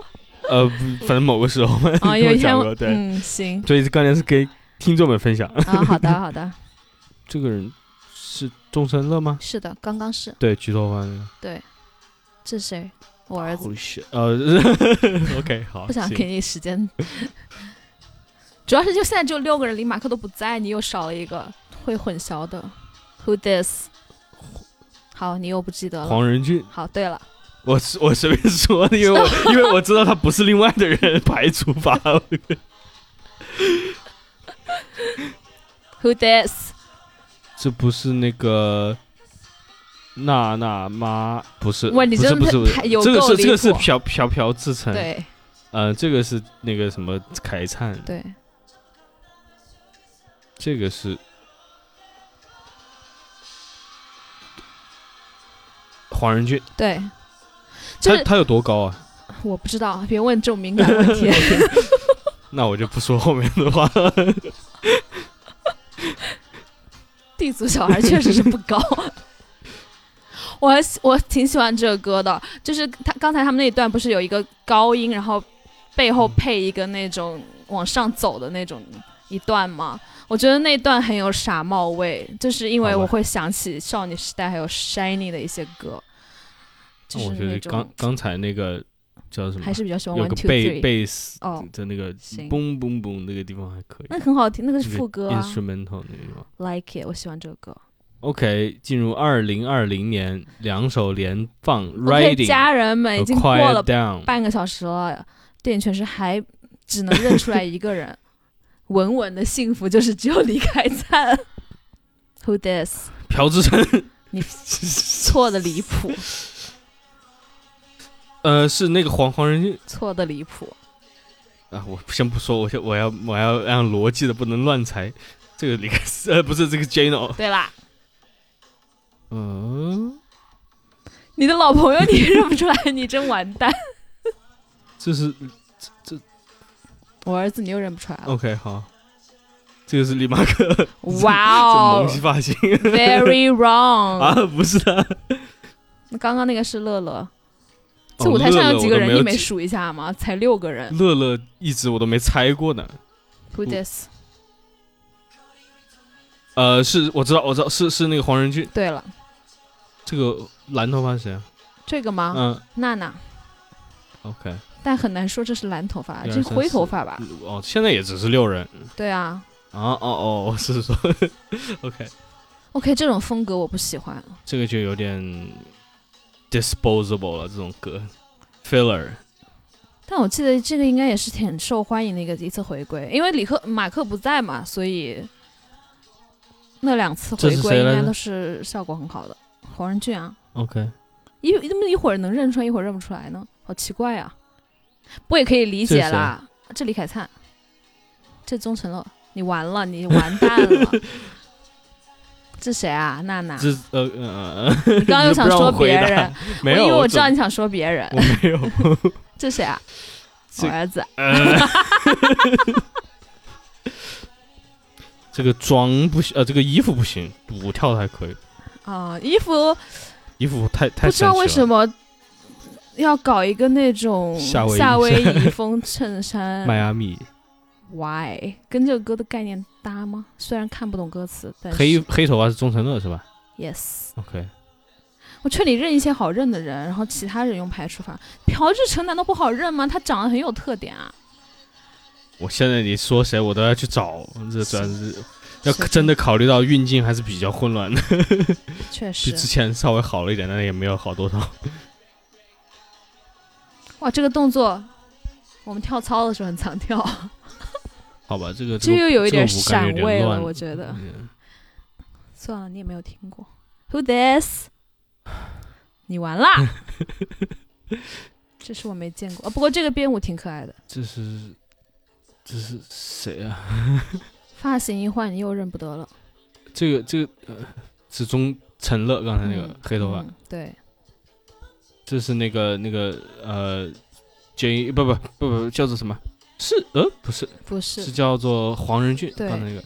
[SPEAKER 1] 呃，不反正某个时候 你
[SPEAKER 2] 啊，
[SPEAKER 1] 跟
[SPEAKER 2] 有
[SPEAKER 1] 我
[SPEAKER 2] 一天
[SPEAKER 1] 讲
[SPEAKER 2] 我
[SPEAKER 1] 过，对。
[SPEAKER 2] 嗯， 行
[SPEAKER 1] 所以刚才是给听众们分享，
[SPEAKER 2] 啊，好的好的，
[SPEAKER 1] 这个人是钟神乐吗？
[SPEAKER 2] 是的，刚刚是
[SPEAKER 1] 对，举头欢乐。
[SPEAKER 2] 这是谁？我儿子
[SPEAKER 1] Holy shit！呃 ，OK，好，
[SPEAKER 2] 不想
[SPEAKER 1] 行
[SPEAKER 2] 给你时间，主要是就现在只有六个人，李马克都不在，你又少了一个会混淆的。Who this？好，你又不记得了。
[SPEAKER 1] 黄仁俊，
[SPEAKER 2] 好，对了，
[SPEAKER 1] 我是我随便说的，因 为我因为我知道他不是另外的人，排除法。
[SPEAKER 2] Who this？
[SPEAKER 1] 这不是那个娜娜妈，不是，
[SPEAKER 2] 哇你
[SPEAKER 1] 不是
[SPEAKER 2] 真的
[SPEAKER 1] 不是不
[SPEAKER 2] 太
[SPEAKER 1] 是，
[SPEAKER 2] 有
[SPEAKER 1] 这个
[SPEAKER 2] 够
[SPEAKER 1] 是
[SPEAKER 2] 离
[SPEAKER 1] 这个是
[SPEAKER 2] 谱
[SPEAKER 1] 朴朴朴志诚，
[SPEAKER 2] 对
[SPEAKER 1] 嗯，这个是那个什么凯灿，
[SPEAKER 2] 对，
[SPEAKER 1] 这个是黄仁俊，
[SPEAKER 2] 对，就
[SPEAKER 1] 他
[SPEAKER 2] 是
[SPEAKER 1] 他有多高啊？
[SPEAKER 2] 我不知道，别问这种敏感问 题。
[SPEAKER 1] 那我就不说后面的话 了。
[SPEAKER 2] 地组小孩确实是不高。 我还喜我挺喜欢这个歌的，就是他刚才他们那一段不是有一个高音，然后背后
[SPEAKER 1] 嗯
[SPEAKER 2] 配一个那种往上走的那种一段吗？我觉得那段很有傻帽味，就是因为
[SPEAKER 1] 好吧
[SPEAKER 2] 我会想起少女时代还有 Shiny 的一些歌，就
[SPEAKER 1] 那哦
[SPEAKER 2] 是
[SPEAKER 1] 我觉
[SPEAKER 2] 那
[SPEAKER 1] 得
[SPEAKER 2] 种
[SPEAKER 1] 刚刚才那个叫什么
[SPEAKER 2] 还，是比较喜欢
[SPEAKER 1] 有
[SPEAKER 2] One
[SPEAKER 1] 个
[SPEAKER 2] Two
[SPEAKER 1] 贝
[SPEAKER 2] Three。
[SPEAKER 1] 贝斯
[SPEAKER 2] 哦，
[SPEAKER 1] 的那个
[SPEAKER 2] 行
[SPEAKER 1] 嘣嘣嘣那个地方还可以
[SPEAKER 2] 那很好听，那个是
[SPEAKER 1] 那个
[SPEAKER 2] 副歌啊
[SPEAKER 1] ，instrumental 那个地方。
[SPEAKER 2] ，Like It，我喜欢这个歌。
[SPEAKER 1] OK，进入二零二零年，两首连放
[SPEAKER 2] OK，
[SPEAKER 1] Riding
[SPEAKER 2] 家人们已
[SPEAKER 1] 和
[SPEAKER 2] 经过了
[SPEAKER 1] Quiet Down，
[SPEAKER 2] 半个小时了，电影全是还只能认出来一个 人。稳稳的幸福就是只有李凯灿。Who this？
[SPEAKER 1] 朴志诚，
[SPEAKER 2] 你 错的离谱，
[SPEAKER 1] 呃，是那个黄黄仁俊
[SPEAKER 2] 错的离谱。
[SPEAKER 1] 啊，我先不说，我先我要我要让逻辑的不能乱猜，这个李克斯呃不是这个 Jano，
[SPEAKER 2] 对啦，
[SPEAKER 1] 嗯、
[SPEAKER 2] 你的老朋友你认不出来，你真完蛋。
[SPEAKER 1] 这是
[SPEAKER 2] 我儿子你又认不出来了。
[SPEAKER 1] OK 好，这个是李马克，这
[SPEAKER 2] 哇哦嗯
[SPEAKER 1] 蒙西发型
[SPEAKER 2] ，very wrong、
[SPEAKER 1] 啊，不是的，
[SPEAKER 2] 那刚刚那个是乐乐，
[SPEAKER 1] 哦
[SPEAKER 2] 这舞台上
[SPEAKER 1] 乐乐
[SPEAKER 2] 有几嗯个
[SPEAKER 1] 我都
[SPEAKER 2] 人？
[SPEAKER 1] 有
[SPEAKER 2] 你没
[SPEAKER 1] 记
[SPEAKER 2] 数一下吗？才六个人。
[SPEAKER 1] 乐乐一直我都没猜过呢，
[SPEAKER 2] Who this？
[SPEAKER 1] 呃，是我知道我知道是是那个黄仁俊，
[SPEAKER 2] 对了，
[SPEAKER 1] 这个蓝头发是谁啊？
[SPEAKER 2] 这个吗？
[SPEAKER 1] 嗯
[SPEAKER 2] 娜娜。
[SPEAKER 1] ，OK，
[SPEAKER 2] 但很难说这是蓝头发，
[SPEAKER 1] 一二
[SPEAKER 2] 这是
[SPEAKER 1] 三
[SPEAKER 2] 灰
[SPEAKER 1] 四
[SPEAKER 2] 头发吧？
[SPEAKER 1] 哦，现在也只是六人，
[SPEAKER 2] 对啊，
[SPEAKER 1] 啊哦哦，我是说，OK，
[SPEAKER 2] OK，这种风格我不喜欢。
[SPEAKER 1] 这个就有点 disposable 了，这种歌 filler
[SPEAKER 2] 但我记得这个应该也是挺受欢迎的一个一次回归，因为里克马克不在嘛，所以那两次
[SPEAKER 1] 这
[SPEAKER 2] 回
[SPEAKER 1] 是
[SPEAKER 2] 归
[SPEAKER 1] 谁
[SPEAKER 2] 应
[SPEAKER 1] 来
[SPEAKER 2] 该
[SPEAKER 1] 着
[SPEAKER 2] 都是效果很好的。黄仁俊啊，
[SPEAKER 1] OK，
[SPEAKER 2] 一怎么一会儿能认出来，一会儿认不出来呢？好奇怪啊！不也可以理
[SPEAKER 1] 这是
[SPEAKER 2] 解啦。这李凯灿，这钟成乐，你完了，你完蛋了。这谁啊？娜娜，
[SPEAKER 1] 这呃呃，呃
[SPEAKER 2] 你刚刚又想
[SPEAKER 1] 不让我
[SPEAKER 2] 说
[SPEAKER 1] 回
[SPEAKER 2] 别
[SPEAKER 1] 答
[SPEAKER 2] 人，
[SPEAKER 1] 没
[SPEAKER 2] 我
[SPEAKER 1] 有，
[SPEAKER 2] 因为我知道
[SPEAKER 1] 准
[SPEAKER 2] 你想说别人。
[SPEAKER 1] 我没有，
[SPEAKER 2] 这谁啊？
[SPEAKER 1] 这
[SPEAKER 2] 我儿子。
[SPEAKER 1] 呃这个妆不行，呃，这个衣服不行，舞跳的还可以，
[SPEAKER 2] 啊、衣服
[SPEAKER 1] 衣服太太
[SPEAKER 2] 不知道
[SPEAKER 1] 神奇
[SPEAKER 2] 为什
[SPEAKER 1] 了
[SPEAKER 2] 么要搞一个那种
[SPEAKER 1] 夏威夷
[SPEAKER 2] 夷风 衬衫
[SPEAKER 1] 迈阿密
[SPEAKER 2] Why？跟这个歌的概念搭吗？虽然看不懂歌词，但是
[SPEAKER 1] 黑黑头发是钟成乐是吧
[SPEAKER 2] Yes，
[SPEAKER 1] ？OK，
[SPEAKER 2] 我劝你认一些好认的人，然后其他人用排除法。朴智诚难道不好认吗？他长得很有特点啊。
[SPEAKER 1] 我现在你说谁我都要去找，这主要是要
[SPEAKER 2] 是
[SPEAKER 1] 真的考虑到运镜还是比较混乱的，
[SPEAKER 2] 确
[SPEAKER 1] 比之
[SPEAKER 2] 实，
[SPEAKER 1] 前稍微好了一点，但是也没有好多少。
[SPEAKER 2] 哇，这个动作我们跳操的时候很常跳，
[SPEAKER 1] 好吧，这个
[SPEAKER 2] 这
[SPEAKER 1] 个
[SPEAKER 2] 又有一点
[SPEAKER 1] 这个舞感
[SPEAKER 2] 闪
[SPEAKER 1] 觉有
[SPEAKER 2] 位
[SPEAKER 1] 点
[SPEAKER 2] 了，
[SPEAKER 1] 乱
[SPEAKER 2] 我觉得。
[SPEAKER 1] 嗯
[SPEAKER 2] 算了，你也没有听过 Who this？你完啦！这是我没见过，啊、不过这个编舞挺可爱的，
[SPEAKER 1] 这是这是谁啊？
[SPEAKER 2] 发型一换你又认不得了。
[SPEAKER 1] 这个这个呃，是钟陈乐刚才啊那个
[SPEAKER 2] 嗯
[SPEAKER 1] 黑头发，
[SPEAKER 2] 嗯对，
[SPEAKER 1] 这是那个那个呃，J 不不不不叫做什么？是呃不是
[SPEAKER 2] 不
[SPEAKER 1] 是
[SPEAKER 2] 是
[SPEAKER 1] 叫做黄仁俊
[SPEAKER 2] 对
[SPEAKER 1] 刚才那个。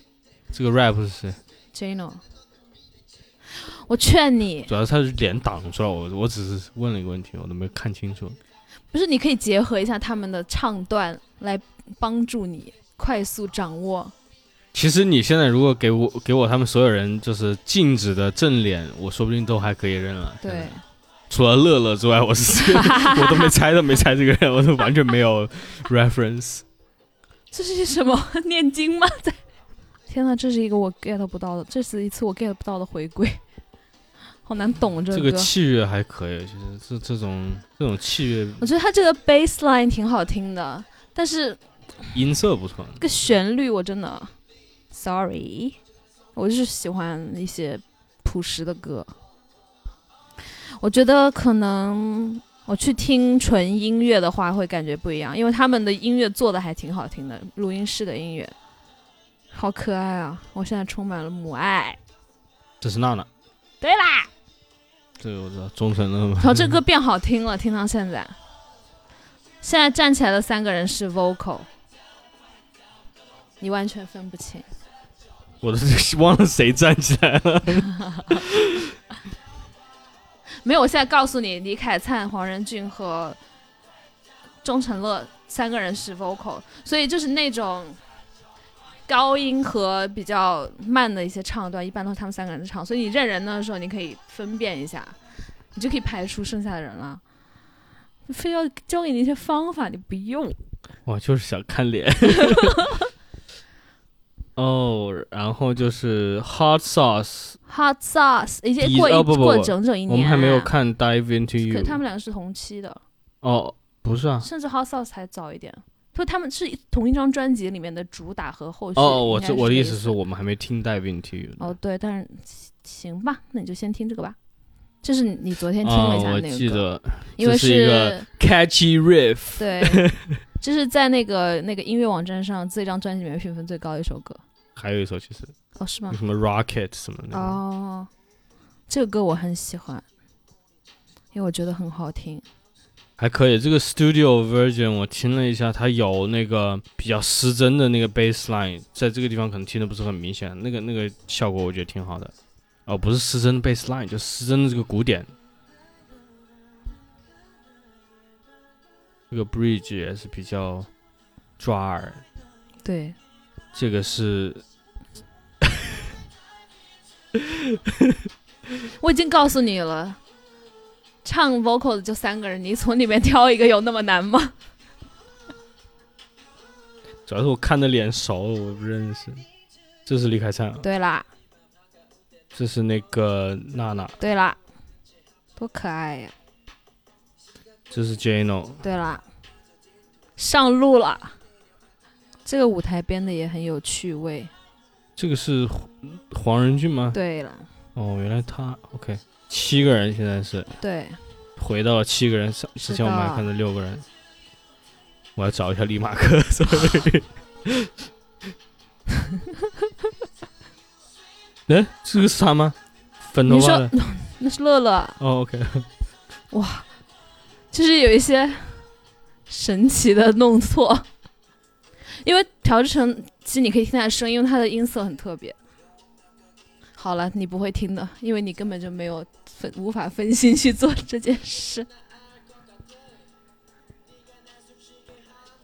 [SPEAKER 1] 这个 rap 是谁？
[SPEAKER 2] Jano。我劝你，
[SPEAKER 1] 主要是他是脸挡出来，我我只是问了一个问题，我都没看清楚。
[SPEAKER 2] 不是你可以结合一下他们的唱段来帮助你快速掌握。
[SPEAKER 1] 其实你现在如果给我给我他们所有人就是静止的正脸，我说不定都还可以认了。现
[SPEAKER 2] 对
[SPEAKER 1] 在，除了乐乐之外，我是 这个我都没猜到没猜这个人，我都完全没有 reference。
[SPEAKER 2] 这是什么 念经吗？在天呐，这是一个我 get 不到的，这是一次我 get 不到的回归，好难懂这
[SPEAKER 1] 这个
[SPEAKER 2] 个歌。
[SPEAKER 1] 器乐还可以，就是这这种这种器乐
[SPEAKER 2] 我觉得它这个 bass line 挺好听的，但是
[SPEAKER 1] 音色不错。
[SPEAKER 2] 这个旋律我真的，sorry，我就是喜欢一些朴实的歌。我觉得可能我去听纯音乐的话，会感觉不一样，因为他们的音乐做的还挺好听的，录音室的音乐，好可爱啊！我现在充满了母爱。
[SPEAKER 1] 这是娜娜，
[SPEAKER 2] 对啦，
[SPEAKER 1] 这个我知道，忠诚的嘛
[SPEAKER 2] 然。后这歌变好听了，听到现在。现在站起来的三个人是 vocal，你完全分不清。
[SPEAKER 1] 我都忘了谁站起来了。
[SPEAKER 2] 没有，我现在告诉你，李凯灿、黄仁俊和钟成乐三个人是 vocal，所以就是那种高音和比较慢的一些唱段，一般都是他们三个人唱。所以你认人的时候，你可以分辨一下，你就可以排除剩下的人了。非要教给你一些方法，你不用。
[SPEAKER 1] 我就是想看脸。 哦，然后就是 Hot Sauce，
[SPEAKER 2] Hot Sauce
[SPEAKER 1] 第
[SPEAKER 2] 已经
[SPEAKER 1] 一
[SPEAKER 2] 过一、
[SPEAKER 1] 哦不不
[SPEAKER 2] 过
[SPEAKER 1] 不
[SPEAKER 2] 整整一年，啊
[SPEAKER 1] 我
[SPEAKER 2] 哎
[SPEAKER 1] 们还没有。看 Dive Into You
[SPEAKER 2] 可是。他们两个是同期的，
[SPEAKER 1] 哦，不是啊。
[SPEAKER 2] 甚至 Hot Sauce 还早一点。不，他们是同一张专辑里面的主打和后续。
[SPEAKER 1] 哦，我
[SPEAKER 2] 应该
[SPEAKER 1] 这
[SPEAKER 2] 是
[SPEAKER 1] 我的
[SPEAKER 2] 这
[SPEAKER 1] 意
[SPEAKER 2] 意
[SPEAKER 1] 思是我们还没听 Dive Into You 呢。
[SPEAKER 2] 哦，对，但是行吧，那你就先听这个吧。这是你昨天听
[SPEAKER 1] 啊，
[SPEAKER 2] 了一下
[SPEAKER 1] 我
[SPEAKER 2] 那
[SPEAKER 1] 记
[SPEAKER 2] 个歌，
[SPEAKER 1] 得
[SPEAKER 2] 因为
[SPEAKER 1] 这是一个 catchy riff。
[SPEAKER 2] 对，这是在那个那个音乐网站上这张专辑里面评分最高的一首歌。
[SPEAKER 1] 还有一首其实
[SPEAKER 2] 哦，是吗？
[SPEAKER 1] 什么 Rocket 什么的。
[SPEAKER 2] 哦，这个歌我很喜欢，因为我觉得很好听。
[SPEAKER 1] 还可以，这个 Studio Version 我听了一下，它有那个比较失真的那个 bass line，在这个地方可能听的不是很明显，那个那个效果我觉得挺好的。哦，不是失真的 bass line，就失真的这个鼓点。这个 bridge 也是比较抓耳，
[SPEAKER 2] 对，
[SPEAKER 1] 这个是
[SPEAKER 2] 我已经告诉你了，唱 vocal 的就三个人，你从里面挑一个有那么难吗？
[SPEAKER 1] 主要是我看的脸熟，我不认识。这是李凯灿，
[SPEAKER 2] 对啦，
[SPEAKER 1] 这是那个娜娜，
[SPEAKER 2] 对啦，多可爱呀！
[SPEAKER 1] 这是 Jano，
[SPEAKER 2] 对啦，上路了。这个舞台编的也很有趣味。
[SPEAKER 1] 这个是黄黄仁俊吗？
[SPEAKER 2] 对了，
[SPEAKER 1] 哦，原来他 OK，七个人现在是
[SPEAKER 2] 对，
[SPEAKER 1] 回到了七个人，上之前我们
[SPEAKER 2] 是
[SPEAKER 1] 还
[SPEAKER 2] 的
[SPEAKER 1] 看到六个人。我要找一下李马克，sorry。哎，这个是他吗？粉头
[SPEAKER 2] 你
[SPEAKER 1] 发
[SPEAKER 2] 说
[SPEAKER 1] 的。
[SPEAKER 2] 那是乐乐，
[SPEAKER 1] 哦，OK，
[SPEAKER 2] 就是有一些神奇的弄错。因为朴智诚，其实你可以听他的声音，因为他的音色很特别。好了，你不会听的，因为你根本就没有分无法分心去做这件事。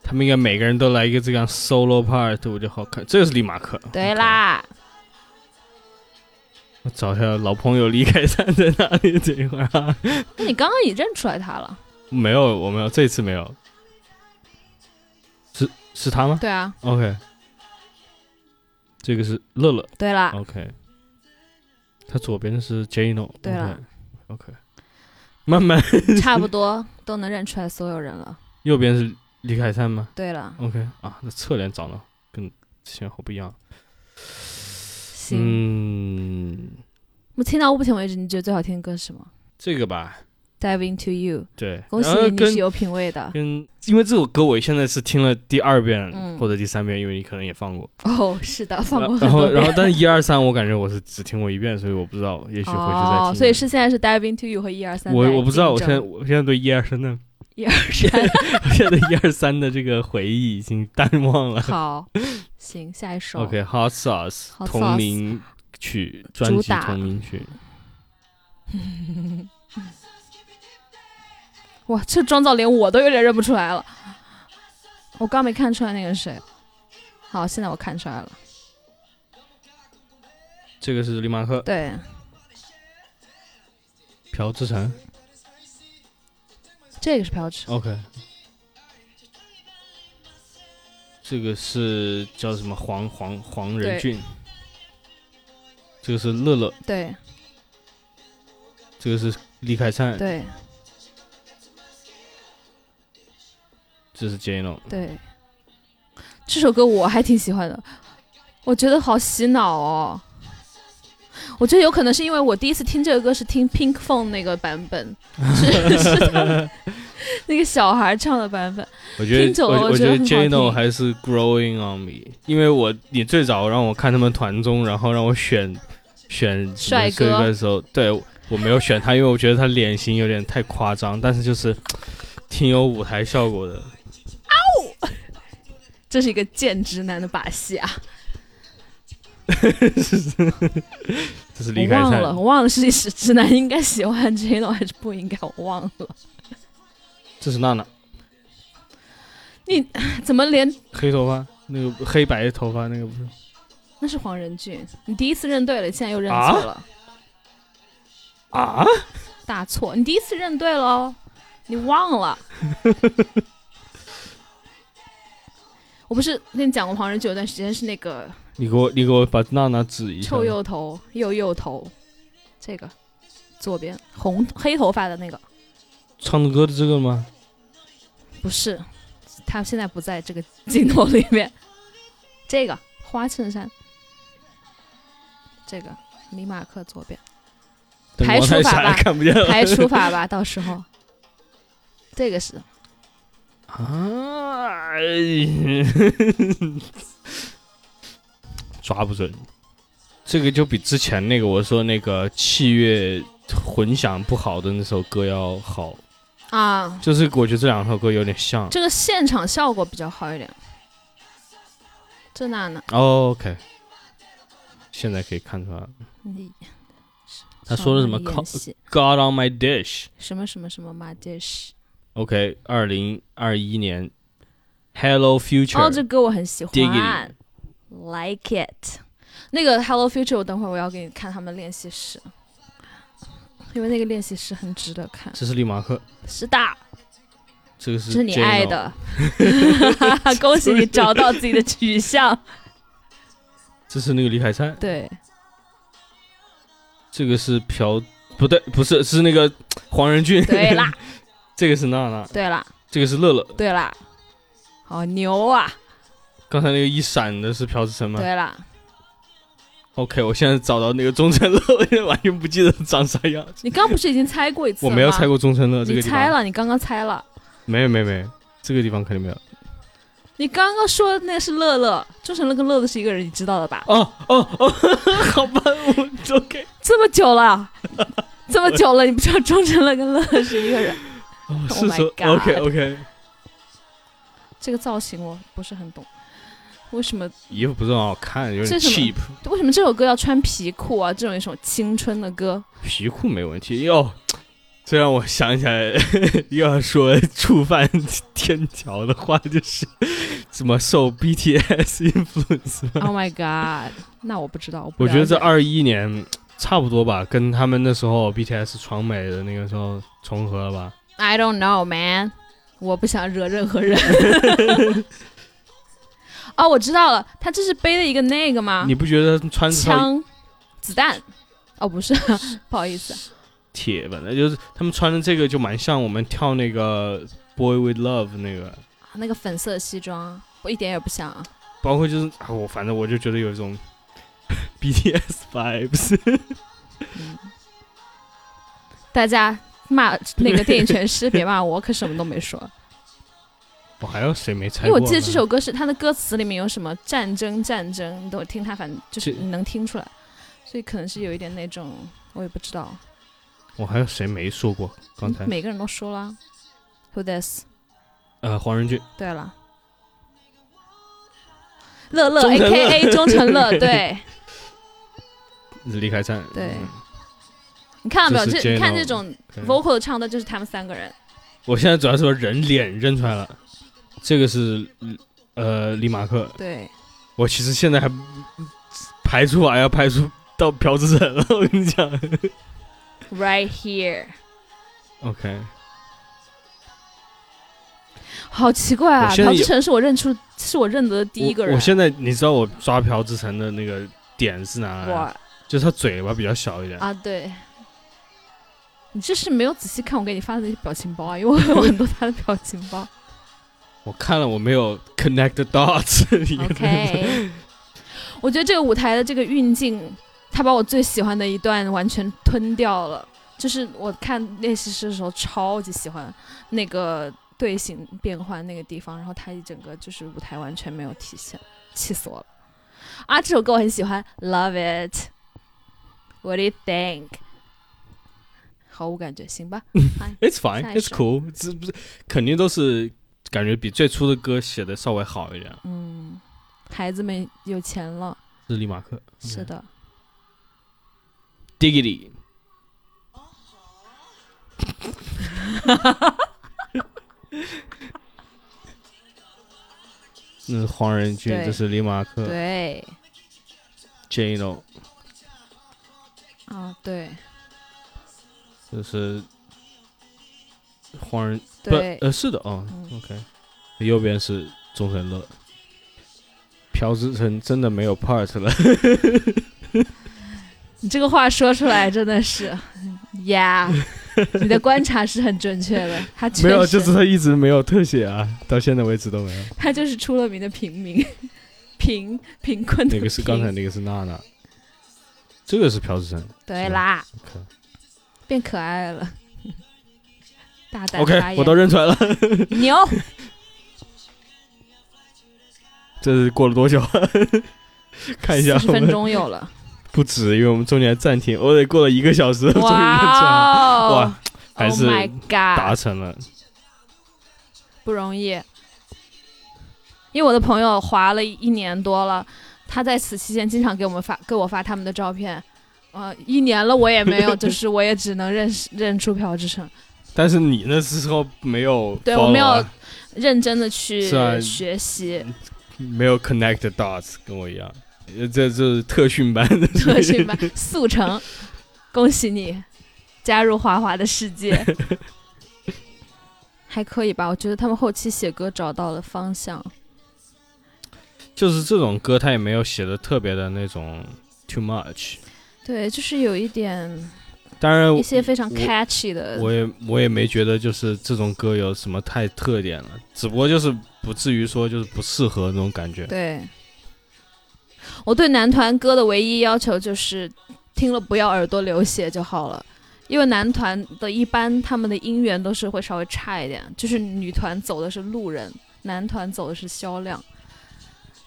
[SPEAKER 1] 他们应该每个人都来一个这样 solo part，我就好看。这个是李马克，
[SPEAKER 2] 对啦，
[SPEAKER 1] 我找一下老朋友李凯灿在哪里？这一会儿啊，
[SPEAKER 2] 那你刚刚也认出来他了？
[SPEAKER 1] 没有，我没有，这次没有。是是他吗
[SPEAKER 2] 对啊，
[SPEAKER 1] ？OK，这个是乐乐。
[SPEAKER 2] 对啦，
[SPEAKER 1] OK，他左边的是 Jano。
[SPEAKER 2] 对了
[SPEAKER 1] ，OK，慢慢，
[SPEAKER 2] 差不多都能认出来所有人了。
[SPEAKER 1] 右边是李凯灿吗
[SPEAKER 2] 对了，
[SPEAKER 1] ？OK，啊，那侧脸长得跟之前好不一样。
[SPEAKER 2] 行，
[SPEAKER 1] 嗯，
[SPEAKER 2] 我们听到目前为止，你觉得最好听的歌是什么
[SPEAKER 1] 这个吧，
[SPEAKER 2] ？Dive into you，
[SPEAKER 1] 对，
[SPEAKER 2] 恭喜
[SPEAKER 1] 然后
[SPEAKER 2] 你，你
[SPEAKER 1] 跟
[SPEAKER 2] 是有品位的。
[SPEAKER 1] 跟，嗯因为这首歌我现在是听了第二遍、
[SPEAKER 2] 嗯
[SPEAKER 1] 或者第三遍，因为你可能也放过。
[SPEAKER 2] 哦，是的，放过
[SPEAKER 1] 然
[SPEAKER 2] 很
[SPEAKER 1] 后，
[SPEAKER 2] 多
[SPEAKER 1] 然后，
[SPEAKER 2] 遍
[SPEAKER 1] 但是一二三，我感觉我是只听过一遍，所以我不知道，也许回去再听。
[SPEAKER 2] 哦，所以是现在是 Dive into you 和一二三。
[SPEAKER 1] 我我不知道，我现在我现在对一二三的，
[SPEAKER 2] 一二 三
[SPEAKER 1] 我现在对一二三的这个回忆已经淡忘了。
[SPEAKER 2] 好，行，下一首。
[SPEAKER 1] OK，Hot Sauce
[SPEAKER 2] Hot
[SPEAKER 1] 同
[SPEAKER 2] Sauce
[SPEAKER 1] 名曲专
[SPEAKER 2] 主
[SPEAKER 1] 辑
[SPEAKER 2] 打
[SPEAKER 1] 同名曲，
[SPEAKER 2] 哇，这妆造连我都有点认不出来了。我刚没看出来那个是谁。好，现在我看出来了。
[SPEAKER 1] 这个是李马克、
[SPEAKER 2] 对，
[SPEAKER 1] 朴智诚。
[SPEAKER 2] 这个是朴智，
[SPEAKER 1] OK，这个是叫什么黄黄黄仁
[SPEAKER 2] 对
[SPEAKER 1] 俊，这个是乐乐，
[SPEAKER 2] 对
[SPEAKER 1] 这个是李凯灿，
[SPEAKER 2] 对
[SPEAKER 1] 这是 Jano，
[SPEAKER 2] 对。这首歌我还挺喜欢的，我觉得好洗脑哦。我觉得有可能是因为我第一次听这个歌是听 Pink Phone 那个版本，是是他 们那个小孩唱的版本。
[SPEAKER 1] 我觉
[SPEAKER 2] 听
[SPEAKER 1] 得
[SPEAKER 2] 久了
[SPEAKER 1] 我
[SPEAKER 2] 我
[SPEAKER 1] 觉
[SPEAKER 2] 觉
[SPEAKER 1] 得
[SPEAKER 2] 得很好
[SPEAKER 1] Jano
[SPEAKER 2] 听
[SPEAKER 1] 还是 Growing on me，因为我你最早让我看他们团综，然后让我选选什么
[SPEAKER 2] 帅哥
[SPEAKER 1] 的时候，对我没有选他，因为我觉得他脸型有点太夸张，但是就是挺有舞台效果的。
[SPEAKER 2] 这是一个贱直男的把戏啊！
[SPEAKER 1] 这是李
[SPEAKER 2] 我
[SPEAKER 1] 凯
[SPEAKER 2] 忘
[SPEAKER 1] 灿，
[SPEAKER 2] 了，我忘了是是直男应该喜欢 Jeno 还是不应该，我忘了。
[SPEAKER 1] 这是娜娜。
[SPEAKER 2] 怎么连
[SPEAKER 1] 黑头发，那个黑白头发那个不是？
[SPEAKER 2] 那是黄仁俊？你第一次认对了，现在又认错了，
[SPEAKER 1] 啊？
[SPEAKER 2] 大错！你第一次认对了哦，你忘 了。我不是跟你讲过，黄仁俊有段时间是那个
[SPEAKER 1] 你给我，你给我把娜娜指一下。
[SPEAKER 2] 臭右头、右右头，这个左边红黑头发的那个
[SPEAKER 1] 唱歌的这个吗？
[SPEAKER 2] 不是，他现在不在这个 镜头里面。这个花衬衫，这个李马克左边
[SPEAKER 1] 灯
[SPEAKER 2] 排
[SPEAKER 1] 光
[SPEAKER 2] 除
[SPEAKER 1] 太
[SPEAKER 2] 法
[SPEAKER 1] 闪了，
[SPEAKER 2] 吧
[SPEAKER 1] 看不见了。
[SPEAKER 2] 排除法吧，到时候这个是
[SPEAKER 1] 啊！哎 抓不准，这个就比之前那个我说那个器乐混响不好的那首歌要好，
[SPEAKER 2] 啊，
[SPEAKER 1] 就是我觉得这两首歌有点像。
[SPEAKER 2] 这个现场效果比较好一点。这哪呢？
[SPEAKER 1] 哦 OK，现在可以看出来了。
[SPEAKER 2] 你
[SPEAKER 1] 他说的什么
[SPEAKER 2] 少男
[SPEAKER 1] 靠
[SPEAKER 2] 演戏
[SPEAKER 1] God on my dish。
[SPEAKER 2] 什么什么什么马杰士？
[SPEAKER 1] OK，二零二一年，Hello Future，、
[SPEAKER 2] 哦，这歌我很喜
[SPEAKER 1] Diggity
[SPEAKER 2] 欢，Like it。那个 Hello Future，我等会儿我要给你看他们练习室，因为那个练习室很值得看。
[SPEAKER 1] 这是利马克，
[SPEAKER 2] 是的，
[SPEAKER 1] 这个是哦
[SPEAKER 2] 这是你
[SPEAKER 1] Jeno
[SPEAKER 2] 爱， 的，恭喜你找到自己的取向。
[SPEAKER 1] 支持那个李海灿，
[SPEAKER 2] 对，
[SPEAKER 1] 这个是朴，不对，不是，是那个黄仁俊，
[SPEAKER 2] 对啦，
[SPEAKER 1] 这个是娜娜，
[SPEAKER 2] 对啦，
[SPEAKER 1] 这个是乐乐，
[SPEAKER 2] 对啦，好牛啊！
[SPEAKER 1] 刚才那个一闪的是朴智诚吗
[SPEAKER 2] 对啦，
[SPEAKER 1] ？OK，我现在找到那个中村乐，我现在完全不记得长啥样。
[SPEAKER 2] 你刚不是已经猜过一次
[SPEAKER 1] 我
[SPEAKER 2] 了吗？
[SPEAKER 1] 没有猜过中村乐这
[SPEAKER 2] 你
[SPEAKER 1] 个地
[SPEAKER 2] 猜
[SPEAKER 1] 方，
[SPEAKER 2] 了，你刚刚猜了，
[SPEAKER 1] 没有没有没有，这个地方肯定没有。
[SPEAKER 2] 你刚刚说的那是乐乐，周成乐跟乐乐是一个人，你知道的吧？
[SPEAKER 1] 哦哦哦， 好吧，我 OK。
[SPEAKER 2] 这么 久了，这么久了，你不知道周成乐跟乐乐是一个人？
[SPEAKER 1] 哦，
[SPEAKER 2] Oh
[SPEAKER 1] 是
[SPEAKER 2] my
[SPEAKER 1] 说
[SPEAKER 2] God
[SPEAKER 1] OK OK，
[SPEAKER 2] 这个造型我不是很懂，为什么
[SPEAKER 1] 衣服不是很好看，有
[SPEAKER 2] 这
[SPEAKER 1] 点
[SPEAKER 2] 是什么
[SPEAKER 1] cheap。
[SPEAKER 2] 为什么这首歌要穿皮裤啊？这种一首青春的 歌，
[SPEAKER 1] 皮裤没问题哟，这让我想起来 又要说触犯天条的话，就是怎么受 BTS influence 吗
[SPEAKER 2] Oh my god！那我不知道，我不
[SPEAKER 1] 我
[SPEAKER 2] 了解
[SPEAKER 1] 觉得这二一年差不多吧，跟他们那时候 BTS 闯美的那个时候重合了吧。
[SPEAKER 2] I don't know man，我不想惹任何 人。哦，我知道了，他这是背了一个那个吗
[SPEAKER 1] 你？不觉得穿这套
[SPEAKER 2] 啊枪、子弹。哦，不是，不好意思，
[SPEAKER 1] 铁本来就是他们穿的这个就蛮像我们跳那个 Boy with Love 那个，
[SPEAKER 2] 啊那个粉色西装，我一点也不像啊。
[SPEAKER 1] 包括就是啊，我反正我就觉得有一种 BTS vibes。
[SPEAKER 2] 大家骂那个电影全师，别骂我，可什么都没说。
[SPEAKER 1] 我还有谁没猜
[SPEAKER 2] 因
[SPEAKER 1] 过
[SPEAKER 2] 为
[SPEAKER 1] 呢？
[SPEAKER 2] 我记得这首歌是它的歌词里面有什么战争战争，你都听它，反正就是
[SPEAKER 1] 这
[SPEAKER 2] 你能听出来，所以可能是有一点那种，我也不知道。
[SPEAKER 1] 我还有谁没说过？刚才
[SPEAKER 2] 每个人都说了啊，Who this？
[SPEAKER 1] 呃，黄仁俊，
[SPEAKER 2] 对了，乐乐
[SPEAKER 1] 钟
[SPEAKER 2] A
[SPEAKER 1] 诚乐
[SPEAKER 2] K A 钟成乐，对，
[SPEAKER 1] 李凯灿，
[SPEAKER 2] 对
[SPEAKER 1] 嗯
[SPEAKER 2] 你看到没有？
[SPEAKER 1] 这是
[SPEAKER 2] 这你看
[SPEAKER 1] Jeno
[SPEAKER 2] 这种
[SPEAKER 1] 对
[SPEAKER 2] vocal 唱的就是他们三个人，
[SPEAKER 1] 我现在主要是把人脸认出来了，这个是呃李马克，
[SPEAKER 2] 对，
[SPEAKER 1] 我其实现在还排除啊法要排除到朴智诚了， 我跟你讲。
[SPEAKER 2] Right here，
[SPEAKER 1] OK，
[SPEAKER 2] 好奇怪啊！
[SPEAKER 1] 我现在
[SPEAKER 2] 朴
[SPEAKER 1] 也
[SPEAKER 2] 智诚是我认出，是我认得的第一个
[SPEAKER 1] 我
[SPEAKER 2] 人
[SPEAKER 1] 我。现在你知道我抓朴智诚的那个点是哪来的？
[SPEAKER 2] 哇
[SPEAKER 1] 就是他嘴巴比较小一点。
[SPEAKER 2] 啊，对，你这是没有仔细看我给你发的表情包啊，因为我有很多他的表情包。
[SPEAKER 1] 我看了我没有 connect the dots，你看
[SPEAKER 2] OK，我觉得这个舞台的这个运镜，他把我最喜欢的一段完全吞掉了。就是我看练习室的时候，超级喜欢那个队形变换那个地方，然后他一整个就是舞台完全没有体现，气死我了！啊，这首歌我很喜欢，Love it。What do you think？毫无感觉，行吧。嗨
[SPEAKER 1] It's fine,
[SPEAKER 2] 下一
[SPEAKER 1] it's
[SPEAKER 2] 首
[SPEAKER 1] cool，这不是肯定都是感觉比最初的歌写的稍微好一点。
[SPEAKER 2] 嗯，孩子们有钱了，
[SPEAKER 1] 是利马克，
[SPEAKER 2] 是的。
[SPEAKER 1] Diggity。那是黄仁俊，
[SPEAKER 2] 对
[SPEAKER 1] 这是李马克
[SPEAKER 2] 对，
[SPEAKER 1] ，Jano，
[SPEAKER 2] 啊，对，
[SPEAKER 1] 这是黄仁不
[SPEAKER 2] 对，
[SPEAKER 1] 呃是的哦、
[SPEAKER 2] 嗯
[SPEAKER 1] o k 右边是钟成乐，朴智诚真的没有 part 了，
[SPEAKER 2] 你这个话说出来真的是 ，Yeah，你的观察是很准确的。他确实
[SPEAKER 1] 没有，就是他一直没有特写啊，到现在为止都没有。
[SPEAKER 2] 他就是出了名的平民，贫贫困的
[SPEAKER 1] 那个是 刚才
[SPEAKER 2] 贫
[SPEAKER 1] 那个是娜娜，这个是朴智诚
[SPEAKER 2] 对啦，
[SPEAKER 1] ，OK。
[SPEAKER 2] 变可爱了，大胆
[SPEAKER 1] OK，
[SPEAKER 2] 发
[SPEAKER 1] 我
[SPEAKER 2] 言
[SPEAKER 1] 都认出来了。
[SPEAKER 2] 牛。
[SPEAKER 1] 这是过了多久？ 看一下，
[SPEAKER 2] 十
[SPEAKER 1] 我
[SPEAKER 2] 分
[SPEAKER 1] 们
[SPEAKER 2] 钟有了，
[SPEAKER 1] 不止，因为我们中间暂停，我得过了一个小时，终 于认出来了，
[SPEAKER 2] 哇哦
[SPEAKER 1] 哇，还是
[SPEAKER 2] Oh my
[SPEAKER 1] 达
[SPEAKER 2] God，
[SPEAKER 1] 成了。
[SPEAKER 2] 不容易。因为我的朋友滑了一年多了，他在此期间经常给我们发给我发他们的照片，呃，一年了我也没有，就是我也只能认识认出朴智诚，
[SPEAKER 1] 但是你那时候没有 follow 啊，
[SPEAKER 2] 对我没有认真的去
[SPEAKER 1] 是啊
[SPEAKER 2] 学习
[SPEAKER 1] 没有 connect the dots，跟我一样。呃这这是特训班，
[SPEAKER 2] 特训班速成，恭喜你加入华华的 世界，还可以吧？我觉得他们后期写歌找到了方向，
[SPEAKER 1] 就是这种歌，他也没有写的特别的那种 too much。
[SPEAKER 2] 对，就是有一点
[SPEAKER 1] 当然
[SPEAKER 2] 一，些非常
[SPEAKER 1] 我
[SPEAKER 2] catchy 的，
[SPEAKER 1] 我也我也没觉得就是这种歌有什么太特点了，只不过就是不至于说就是不适合那种感觉。
[SPEAKER 2] 对，我对男团歌的唯一要求就是听了不要耳朵流血就好了，因为男团的一般他们的音源都是会稍微差一点，就是女团走的是路人，男团走的是销量。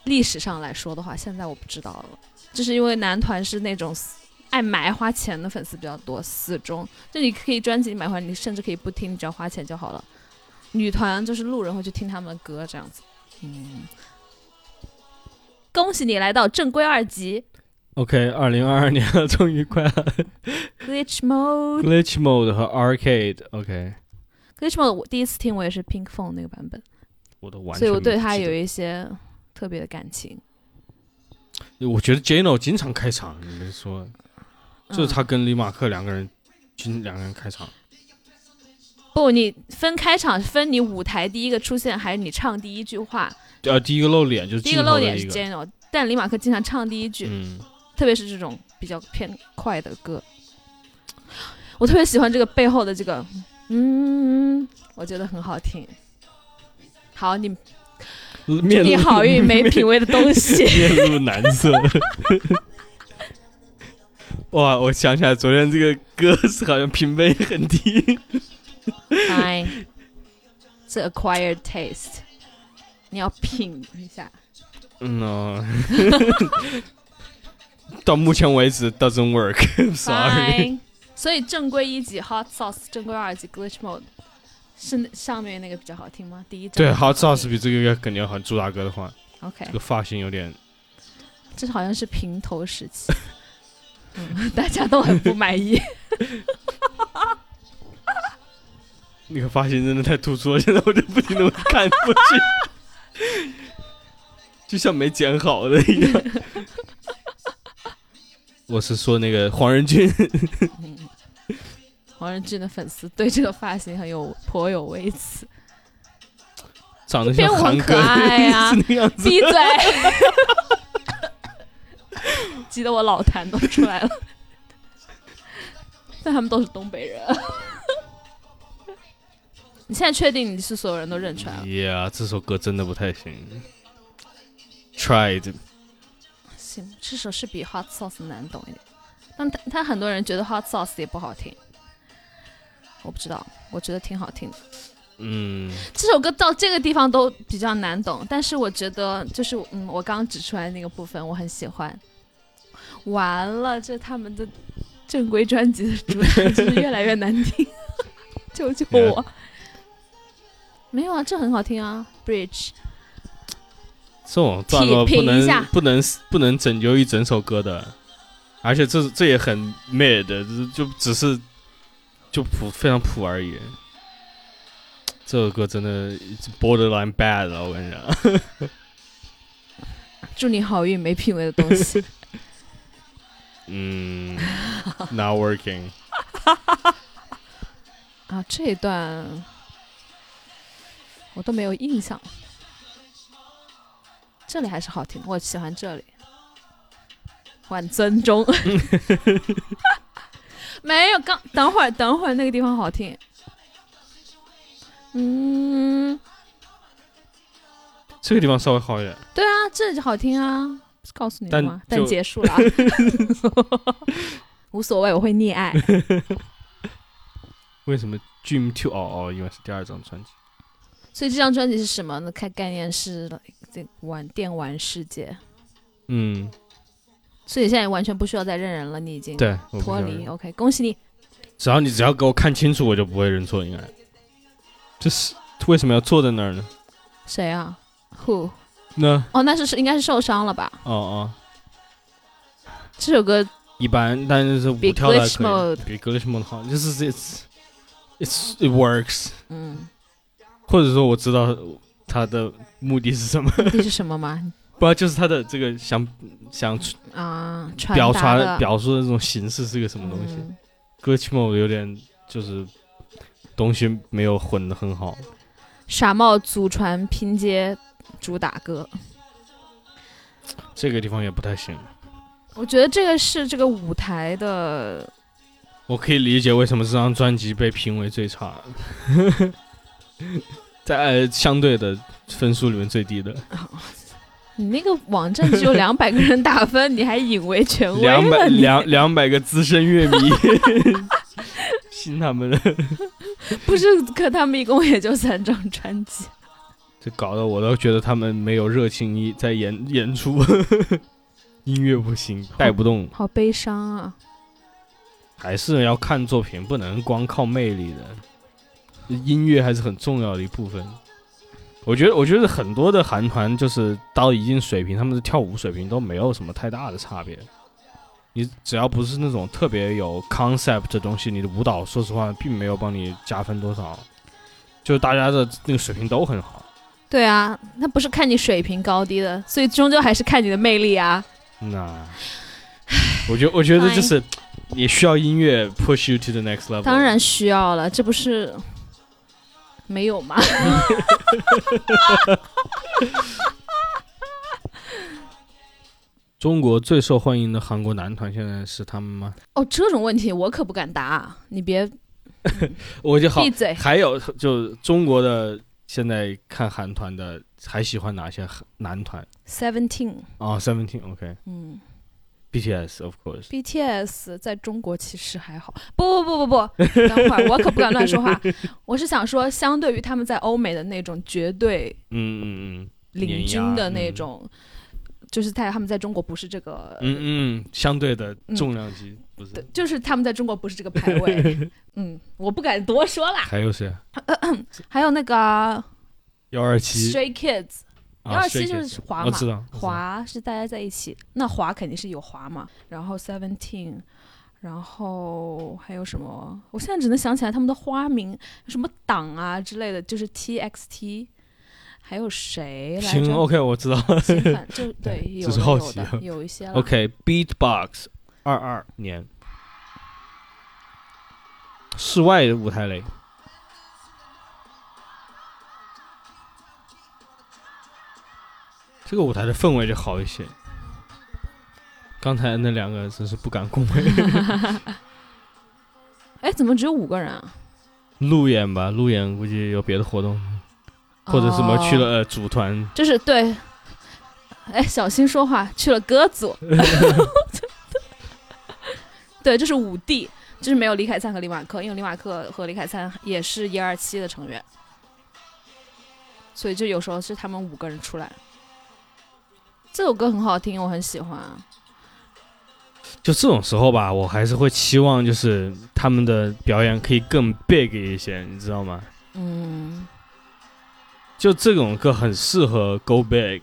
[SPEAKER 2] 历史上来说的话，现在我不知道了，就是因为男团是那种死爱埋花钱的粉丝比较多，死忠。就你可以专辑买回来，你甚至可以不听，你只要花钱就好了。女团就是路人会去听他们的歌这样子，嗯。恭喜你来到正规二级
[SPEAKER 1] OK，二零二二年了，终于快了。
[SPEAKER 2] Glitch Mode。
[SPEAKER 1] Glitch Mode 和 Arcade OK，
[SPEAKER 2] Glitch Mode 我第一次听，我也是 Pink Phone 那个版本，
[SPEAKER 1] 我都完全
[SPEAKER 2] 所以我对
[SPEAKER 1] 没
[SPEAKER 2] 它
[SPEAKER 1] 记得
[SPEAKER 2] 有一些特别的感情。
[SPEAKER 1] 我觉得 Jeno 经常开场，你们说，就是他
[SPEAKER 2] 嗯、
[SPEAKER 1] 跟李马克两个人，经两个人开场。
[SPEAKER 2] 不，你分开场分你舞台第一个出现，还是你唱第一句话？
[SPEAKER 1] 呃，第一个露脸就是
[SPEAKER 2] 第一
[SPEAKER 1] 镜头
[SPEAKER 2] 露
[SPEAKER 1] 的
[SPEAKER 2] 脸
[SPEAKER 1] 一
[SPEAKER 2] 是
[SPEAKER 1] 个
[SPEAKER 2] Jeno，但李马克经常唱第一句，
[SPEAKER 1] 嗯，
[SPEAKER 2] 特别是这种比较偏快的歌，我特别喜欢这个背后的这个，嗯，我觉得很好听。好，你
[SPEAKER 1] 面
[SPEAKER 2] 你
[SPEAKER 1] 露
[SPEAKER 2] 好运没
[SPEAKER 1] 面
[SPEAKER 2] 品味的东西。
[SPEAKER 1] 面露难色。 哇，我想起来昨天这个歌是好像品味很 低。
[SPEAKER 2] 哎，这 acquired taste，你要品一下。
[SPEAKER 1] 嗯哦， 到目前为止 doesn't work 。Sorry，
[SPEAKER 2] Fine 所以正规一级 hot sauce，正规二级 glitch mode，是那上面那个比较好听吗？第一张
[SPEAKER 1] 对，好，赵是比这个要肯定要好。朱大哥的话，
[SPEAKER 2] OK，
[SPEAKER 1] 这个发型有点
[SPEAKER 2] 这好像是平头时期， 嗯，大家都很不满意。
[SPEAKER 1] 那个发型真的太突出了，现在我就不停的看过去， 就像没剪好的一样。 我是说那个黄仁俊，
[SPEAKER 2] 嗯，黄仁俊的粉丝对这个发型很有颇有微词，
[SPEAKER 1] 长得
[SPEAKER 2] 边
[SPEAKER 1] 像
[SPEAKER 2] 我
[SPEAKER 1] 韩
[SPEAKER 2] 很
[SPEAKER 1] 哥
[SPEAKER 2] 可爱啊呀、
[SPEAKER 1] 是那样子。
[SPEAKER 2] 闭嘴！急得我老痰都出来了。 但他们都是东北人。 你现在确定你是所有人都认出来了？
[SPEAKER 1] 呀，这首歌真的不太行。Tried，
[SPEAKER 2] 行，这首是比 Hot Sauce 难懂一点，但他他很多人觉得 Hot Sauce 也不好听。我不知道，我觉得挺好听的。
[SPEAKER 1] 嗯，
[SPEAKER 2] 这首歌到这个地方都比较难懂，但是我觉得就是嗯，我刚指出来那个部分我很喜欢。完了，这他们的正规专辑的主打就是越来越难听， 救救我！没有啊，这很好听啊，Bridge。
[SPEAKER 1] 这种段落
[SPEAKER 2] 品
[SPEAKER 1] 不
[SPEAKER 2] 一下
[SPEAKER 1] 能不能不能拯救一整首歌的，而且这这也很 mid，就就只是就普非常普而已。这首歌真的 it's borderline bad 了，我跟你讲。
[SPEAKER 2] 祝你好运，没品味的东西。
[SPEAKER 1] 嗯，not working。
[SPEAKER 2] 啊，这一段我都没有印象。这里还是好听的，我喜欢这里。我很尊重。 没有，刚等会儿，等会儿那个地方好听。嗯，
[SPEAKER 1] 这个地方稍微好一点，
[SPEAKER 2] 对啊，这就好听啊，不是告诉你了
[SPEAKER 1] 但
[SPEAKER 2] 吗？
[SPEAKER 1] 就
[SPEAKER 2] 但结束 了、啊，无所谓，我会溺爱。
[SPEAKER 1] 为什么 Dream Two？哦哦，因为是第二张专辑。
[SPEAKER 2] 所以这张专辑是什么呢？概概念是这玩电玩世界。
[SPEAKER 1] 嗯，
[SPEAKER 2] 所以现在完全不需要再认人了，你已经
[SPEAKER 1] 对，我不
[SPEAKER 2] 脱
[SPEAKER 1] 想
[SPEAKER 2] 离。OK，恭喜哦你。
[SPEAKER 1] 只要你只要给我看清楚，我就不会认错，应该。这是为什么要坐在那儿呢？
[SPEAKER 2] 谁啊？Who？
[SPEAKER 1] 那
[SPEAKER 2] 哦，那是是应该是受伤了吧？
[SPEAKER 1] 哦哦，
[SPEAKER 2] 这首歌
[SPEAKER 1] 一般，但是
[SPEAKER 2] 比
[SPEAKER 1] 五跳的
[SPEAKER 2] Glitch Mode
[SPEAKER 1] 可以，比 Glitch Mode 好，就是 it's it's it works，
[SPEAKER 2] 嗯，
[SPEAKER 1] 或者说我知道他的目的是什么，
[SPEAKER 2] 目的是什么吗？
[SPEAKER 1] 不就是他的这个想想
[SPEAKER 2] 啊，传
[SPEAKER 1] 表
[SPEAKER 2] 达
[SPEAKER 1] 达
[SPEAKER 2] 的
[SPEAKER 1] 表述的这种形式是个什么东西、
[SPEAKER 2] 嗯
[SPEAKER 1] g l i t c h Mode 有点就是东西没有混的很好，
[SPEAKER 2] 傻帽祖传拼接主打歌，
[SPEAKER 1] 这个地方也不太行。
[SPEAKER 2] 我觉得这个是这个舞台的，
[SPEAKER 1] 我可以理解为什么这张专辑被评为最差， 在、呃相对的分数里面最低的，
[SPEAKER 2] 你那个网站 只有两百个人打分，你还引为权威
[SPEAKER 1] 两
[SPEAKER 2] 了
[SPEAKER 1] 百
[SPEAKER 2] 你？
[SPEAKER 1] 两两百个资深乐迷，信他们了，
[SPEAKER 2] 不是，可他们一共也就三张专辑。
[SPEAKER 1] 这搞得我都觉得他们没有热情一在演演出， 音乐不行，带不动，
[SPEAKER 2] 好悲伤啊！
[SPEAKER 1] 还是要看作品，不能光靠魅力的，音乐还是很重要的一部分。我觉得，我觉得很多的韩团就是到一定水平，他们的跳舞水平都没有什么太大的差别。你只要不是那种特别有 concept 的东西，你的舞蹈说实话并没有帮你加分多少，就是大家的那个水平都很好。
[SPEAKER 2] 对啊，那不是看你水平高低的，所以终究还是看你的魅力啊。
[SPEAKER 1] 那，我觉我觉得
[SPEAKER 2] 哎
[SPEAKER 1] 就是也需要音乐 push you to the next level。
[SPEAKER 2] 当然需要了，这不是没有吗？
[SPEAKER 1] 中国最受欢迎的韩国男团现在是他们吗？
[SPEAKER 2] 哦，这种问题我可不敢答，啊你别
[SPEAKER 1] 我就好
[SPEAKER 2] 闭，嘴。
[SPEAKER 1] 还有就中国的现在看韩团的，还喜欢哪些韩男团
[SPEAKER 2] Seventeen，
[SPEAKER 1] 啊？Seventeen OK。
[SPEAKER 2] 嗯
[SPEAKER 1] BTS of course，
[SPEAKER 2] ，BTS 在中国其实还好。不不不不不，等会儿我可不敢乱 说话。我是想说，相对于他们在欧美的那种绝对
[SPEAKER 1] 嗯嗯
[SPEAKER 2] 领军的那
[SPEAKER 1] 碾压嗯
[SPEAKER 2] 种，就是在他们在中国不是这个
[SPEAKER 1] 嗯嗯嗯，相对的
[SPEAKER 2] 嗯
[SPEAKER 1] 重量级、不
[SPEAKER 2] 对
[SPEAKER 1] 是？，
[SPEAKER 2] 就是他们在中国不是这个排 位。嗯，我不敢多说啦。
[SPEAKER 1] 还有谁？啊
[SPEAKER 2] 还有那个啊
[SPEAKER 1] 幺二七，
[SPEAKER 2] Stray Kids，幺
[SPEAKER 1] 啊
[SPEAKER 2] 二七
[SPEAKER 1] Stray
[SPEAKER 2] 就
[SPEAKER 1] Kids
[SPEAKER 2] 是华
[SPEAKER 1] 我
[SPEAKER 2] 嘛
[SPEAKER 1] 知，道，我知道
[SPEAKER 2] 华是大家在一起，那华肯定是有华嘛。然后 Seventeen，然后还有什么？我现在只能想起来他们的花名，什么党啊之类的，就是 TXT。还有谁来
[SPEAKER 1] 行
[SPEAKER 2] 着？
[SPEAKER 1] ，OK，我知道。
[SPEAKER 2] 新粉就对，有
[SPEAKER 1] 哦 只是
[SPEAKER 2] 的
[SPEAKER 1] 好
[SPEAKER 2] 有
[SPEAKER 1] 奇
[SPEAKER 2] 的
[SPEAKER 1] 啊
[SPEAKER 2] 有一些了。
[SPEAKER 1] OK，Beatbox 二二年，室外的舞台雷。这个舞台的氛围就好一些。刚才那两个真是不敢恭维。
[SPEAKER 2] 哎，怎么只有五个人啊？
[SPEAKER 1] 路演吧，路演估计有别的活动，或者什么去
[SPEAKER 2] 哦
[SPEAKER 1] 了、呃、组团。
[SPEAKER 2] 就是对，哎，小心说话，去了歌 组，对，这是五 D，就是没有李凯灿和李马克，因为李马克和李凯灿也是一二七的成员，所以就有时候是他们五个人出来。这首歌很好听，我很喜欢。啊
[SPEAKER 1] 就这种时候吧，我还是会期望就是他们的表演可以更 big 一些，你知道吗？
[SPEAKER 2] 嗯
[SPEAKER 1] 就这种歌很适合 Go Big，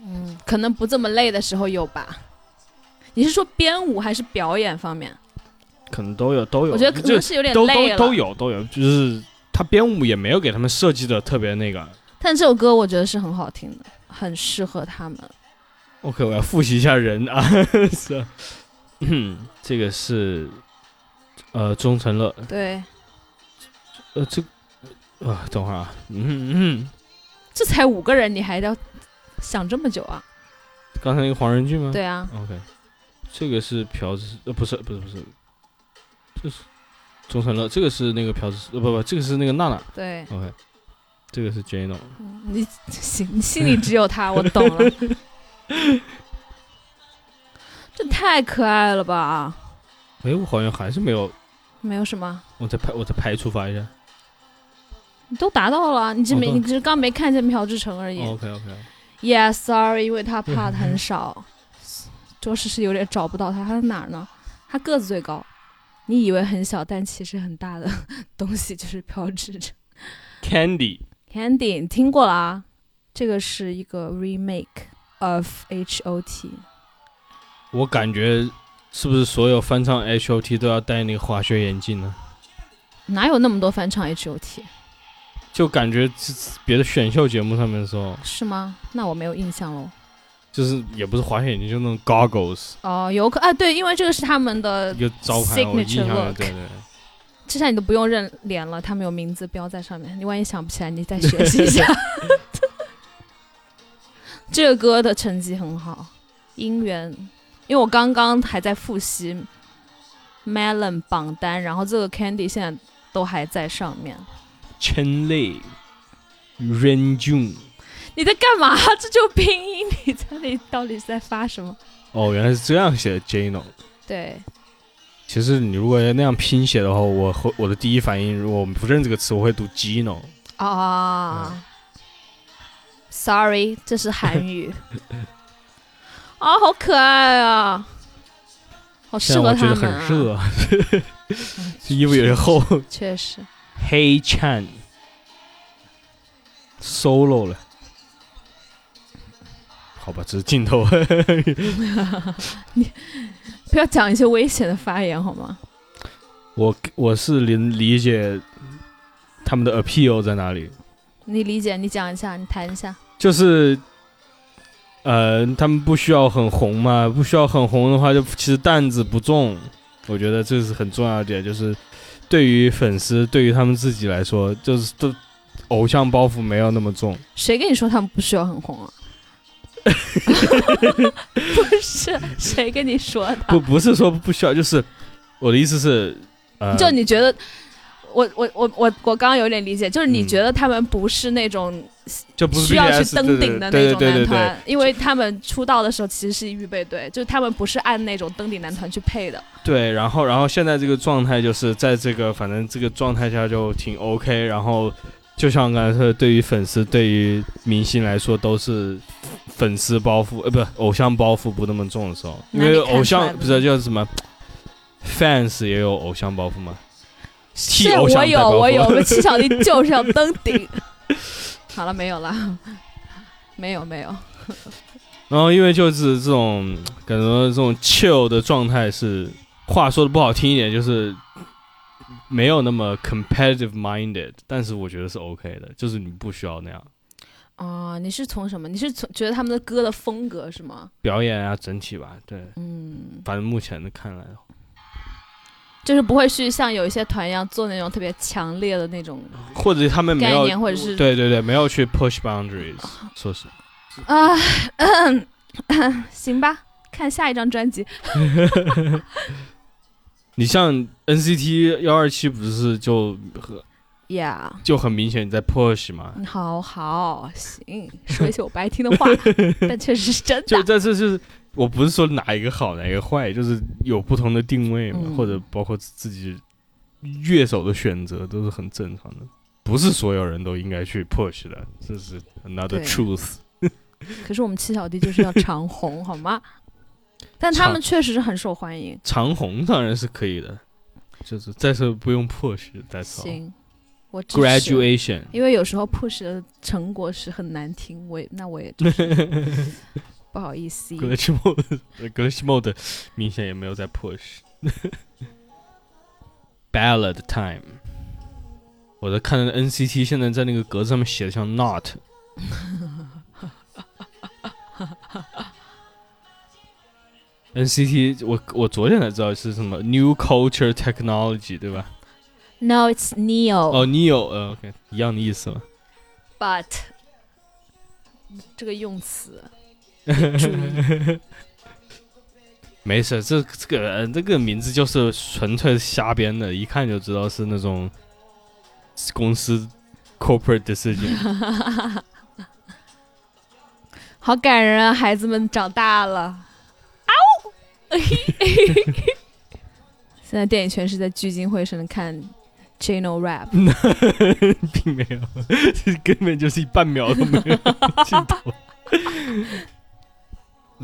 [SPEAKER 2] 嗯，可能不这么累的时候有吧。你是说编舞还是表演方面？
[SPEAKER 1] 可能都有都有，
[SPEAKER 2] 我觉得可
[SPEAKER 1] 就
[SPEAKER 2] 能是有点
[SPEAKER 1] 都
[SPEAKER 2] 累了。
[SPEAKER 1] 都都有都有，就是他编舞也没有给他们设计的特别那个。
[SPEAKER 2] 但这首歌我觉得是很好听的，很适合他们。
[SPEAKER 1] OK，我要复习一下人 啊，是啊，嗯这个是呃钟成乐，
[SPEAKER 2] 对，
[SPEAKER 1] 呃这啊、等会儿啊，嗯嗯，
[SPEAKER 2] 这才五个人，你还要想这么久啊？
[SPEAKER 1] 刚才那个黄仁俊吗？
[SPEAKER 2] 对啊，
[SPEAKER 1] ，OK，这个是朴智，呃不是不是不是，这是钟成乐，这个是那个朴智，呃不不，这个是那个娜娜
[SPEAKER 2] 对，
[SPEAKER 1] ，OK，这个是 Jano。
[SPEAKER 2] 嗯你行，你心里只有他，我懂 了。这太可爱了吧？
[SPEAKER 1] 哎，我好像还是没有，
[SPEAKER 2] 没有什么，
[SPEAKER 1] 我再排我再排除法一下。
[SPEAKER 2] 你都哦达到了，你只没，
[SPEAKER 1] 哦对
[SPEAKER 2] 你只是刚没看见朴智诚而已。
[SPEAKER 1] OK OK，
[SPEAKER 2] Yeah, sorry，因为他 part 很少，着实是有点找不到他。他在哪儿呢？他个子最高，你以为很小，但其实很大的东西就是朴智诚。
[SPEAKER 1] Candy，
[SPEAKER 2] Candy 你听过了啊，这个是一个 remake of H.O.T。
[SPEAKER 1] 我感觉是不是所有翻唱 H.O.T 都要戴那个滑雪眼镜呢？
[SPEAKER 2] 哪有那么多翻唱 H.O.T
[SPEAKER 1] 就感觉这别的选秀节目上面的时候，
[SPEAKER 2] 是吗？那我没有印象喽。
[SPEAKER 1] 就是也不是滑雪眼镜，就那种 goggles，
[SPEAKER 2] 哦，有可啊，对，因为这个是他们的，
[SPEAKER 1] 一个招牌，我印
[SPEAKER 2] 呃 Signature
[SPEAKER 1] 象的
[SPEAKER 2] look
[SPEAKER 1] 对对。
[SPEAKER 2] 至少你都不用认脸了，他们有名字标在上面。你万一想不起来，你再 学习一下。这个歌的成绩很好，姻缘，因为我刚刚还在复习 Melon 榜单，然后这个 Candy 现在都还在上面。
[SPEAKER 1] Chen Lei、Ren Jun。
[SPEAKER 2] 你在干嘛？这就拼音，你在那里到底在发什么？
[SPEAKER 1] 哦，原来是这样写的 Jano。
[SPEAKER 2] 对，
[SPEAKER 1] 其实你如果要那样拼写的话，我和我的第一反应，如果我们不认这个词，我会读 Gino。
[SPEAKER 2] 啊、s o r r y 这是韩语。 啊，好可爱啊！好适
[SPEAKER 1] 现在
[SPEAKER 2] 合
[SPEAKER 1] 我觉
[SPEAKER 2] 他们、
[SPEAKER 1] 得
[SPEAKER 2] 啊。
[SPEAKER 1] 很热， 这衣服有点厚。
[SPEAKER 2] 确实。
[SPEAKER 1] Hey Chan solo 了，好吧，这是镜头。
[SPEAKER 2] 不要讲一些危险的发言好吗？
[SPEAKER 1] 我我是能理解他们的 appeal 在哪里，
[SPEAKER 2] 你理解，你讲一下，你谈一下。
[SPEAKER 1] 就是，呃，他们不需要很红嘛，不需要很红的话，就其实担子不重。我觉得这是很重要的点，就是对于粉丝，对于他们自己来说，就是都偶像包袱没有那么重。
[SPEAKER 2] 谁跟你说他们不需要很红 啊？ 不是，谁跟你说的？
[SPEAKER 1] 不，不是说不需要，就是我的意思是，呃，
[SPEAKER 2] 就你觉得，我我我我我刚刚有点理解，就是你
[SPEAKER 1] 嗯
[SPEAKER 2] 觉得他们不是那种
[SPEAKER 1] 就不是
[SPEAKER 2] 需要去
[SPEAKER 1] BTS
[SPEAKER 2] 登顶的那
[SPEAKER 1] 对对
[SPEAKER 2] 种
[SPEAKER 1] 对
[SPEAKER 2] 男
[SPEAKER 1] 对对对
[SPEAKER 2] 团，因为他们出道的时候其实是预备队，就是他们不是按那种登顶男团去配的。
[SPEAKER 1] 对，然后然后现在这个状态就是在这个反正这个状态下就挺 OK，然后就像刚才说的，对于粉丝对于明星来说都是粉丝包袱呃不偶像包袱不那么重的时候，因
[SPEAKER 2] 那你
[SPEAKER 1] 为
[SPEAKER 2] 看出
[SPEAKER 1] 偶像
[SPEAKER 2] 来了吗
[SPEAKER 1] 不是叫什么 fans 也有偶像包袱嘛，替
[SPEAKER 2] 是啊
[SPEAKER 1] 偶像
[SPEAKER 2] 我
[SPEAKER 1] 带
[SPEAKER 2] 有
[SPEAKER 1] 包袱
[SPEAKER 2] 我有，我 们七小弟就是要登顶。 好了，没有了，没有没有。
[SPEAKER 1] 然后因为就是这种感觉这种 chill 的状态是，话说的不好听一点就是。没有那么 competitive minded，但是我觉得是 OK 的，就是你不需要那样。
[SPEAKER 2] 啊，你是从什么？你是从觉得他们的歌的风格是吗？
[SPEAKER 1] 表演啊，整体吧，对，
[SPEAKER 2] 嗯，
[SPEAKER 1] 反正目前的看来，
[SPEAKER 2] 就是不会去像有一些团一样做那种特别强烈的那种
[SPEAKER 1] 或者他们没
[SPEAKER 2] 概
[SPEAKER 1] 有，
[SPEAKER 2] 念，或者是
[SPEAKER 1] 对对对，没有去 push boundaries，说是
[SPEAKER 2] 啊、咳咳 行吧，看下一张专辑。
[SPEAKER 1] 你像 NCT 幺二七不是就
[SPEAKER 2] Yeah，
[SPEAKER 1] 就很明显在 push 嘛，
[SPEAKER 2] 嗯好好 行，说一些我不爱听的 话，但确实是真
[SPEAKER 1] 就
[SPEAKER 2] 的。
[SPEAKER 1] 在这就是。我不是说哪一个好哪一个坏，就是有不同的定位嘛，
[SPEAKER 2] 嗯
[SPEAKER 1] 或者包括自己乐手的选择都是很正常的，不是所有人都应该去 push 的，这是 another
[SPEAKER 2] 对
[SPEAKER 1] truth。
[SPEAKER 2] 可是我们七小弟就是要长红，好吗？但他
[SPEAKER 1] 长
[SPEAKER 2] 们确实是很受欢迎。
[SPEAKER 1] 长红当然是可以的，就是再说不用 push，再说
[SPEAKER 2] 行，我支持
[SPEAKER 1] graduation
[SPEAKER 2] 因为有时候 push 的成果是很难听，我也那我也就是不好意思。
[SPEAKER 1] glitch mode glitch mode 明显也没有在 push。Ballad time，我在看 NCT 现在在那个格子上面写的像 not，NCT，我我昨天才知道是什么 New Culture Technology，对吧？
[SPEAKER 2] No, it's
[SPEAKER 1] 哦
[SPEAKER 2] Neo,、
[SPEAKER 1] n e o 呃，OK，一样的意思嘛。
[SPEAKER 2] but 这个用词注意
[SPEAKER 1] 没事，这这个呃这个名字就是纯粹瞎编的，一看就知道是那种公司 corporate decision。
[SPEAKER 2] 好感人啊！孩子们长大了， 啊呜！现在电影圈是在聚精会神的看 Jano rap，
[SPEAKER 1] 嗯并没有，这根本就是一半秒都没有镜头。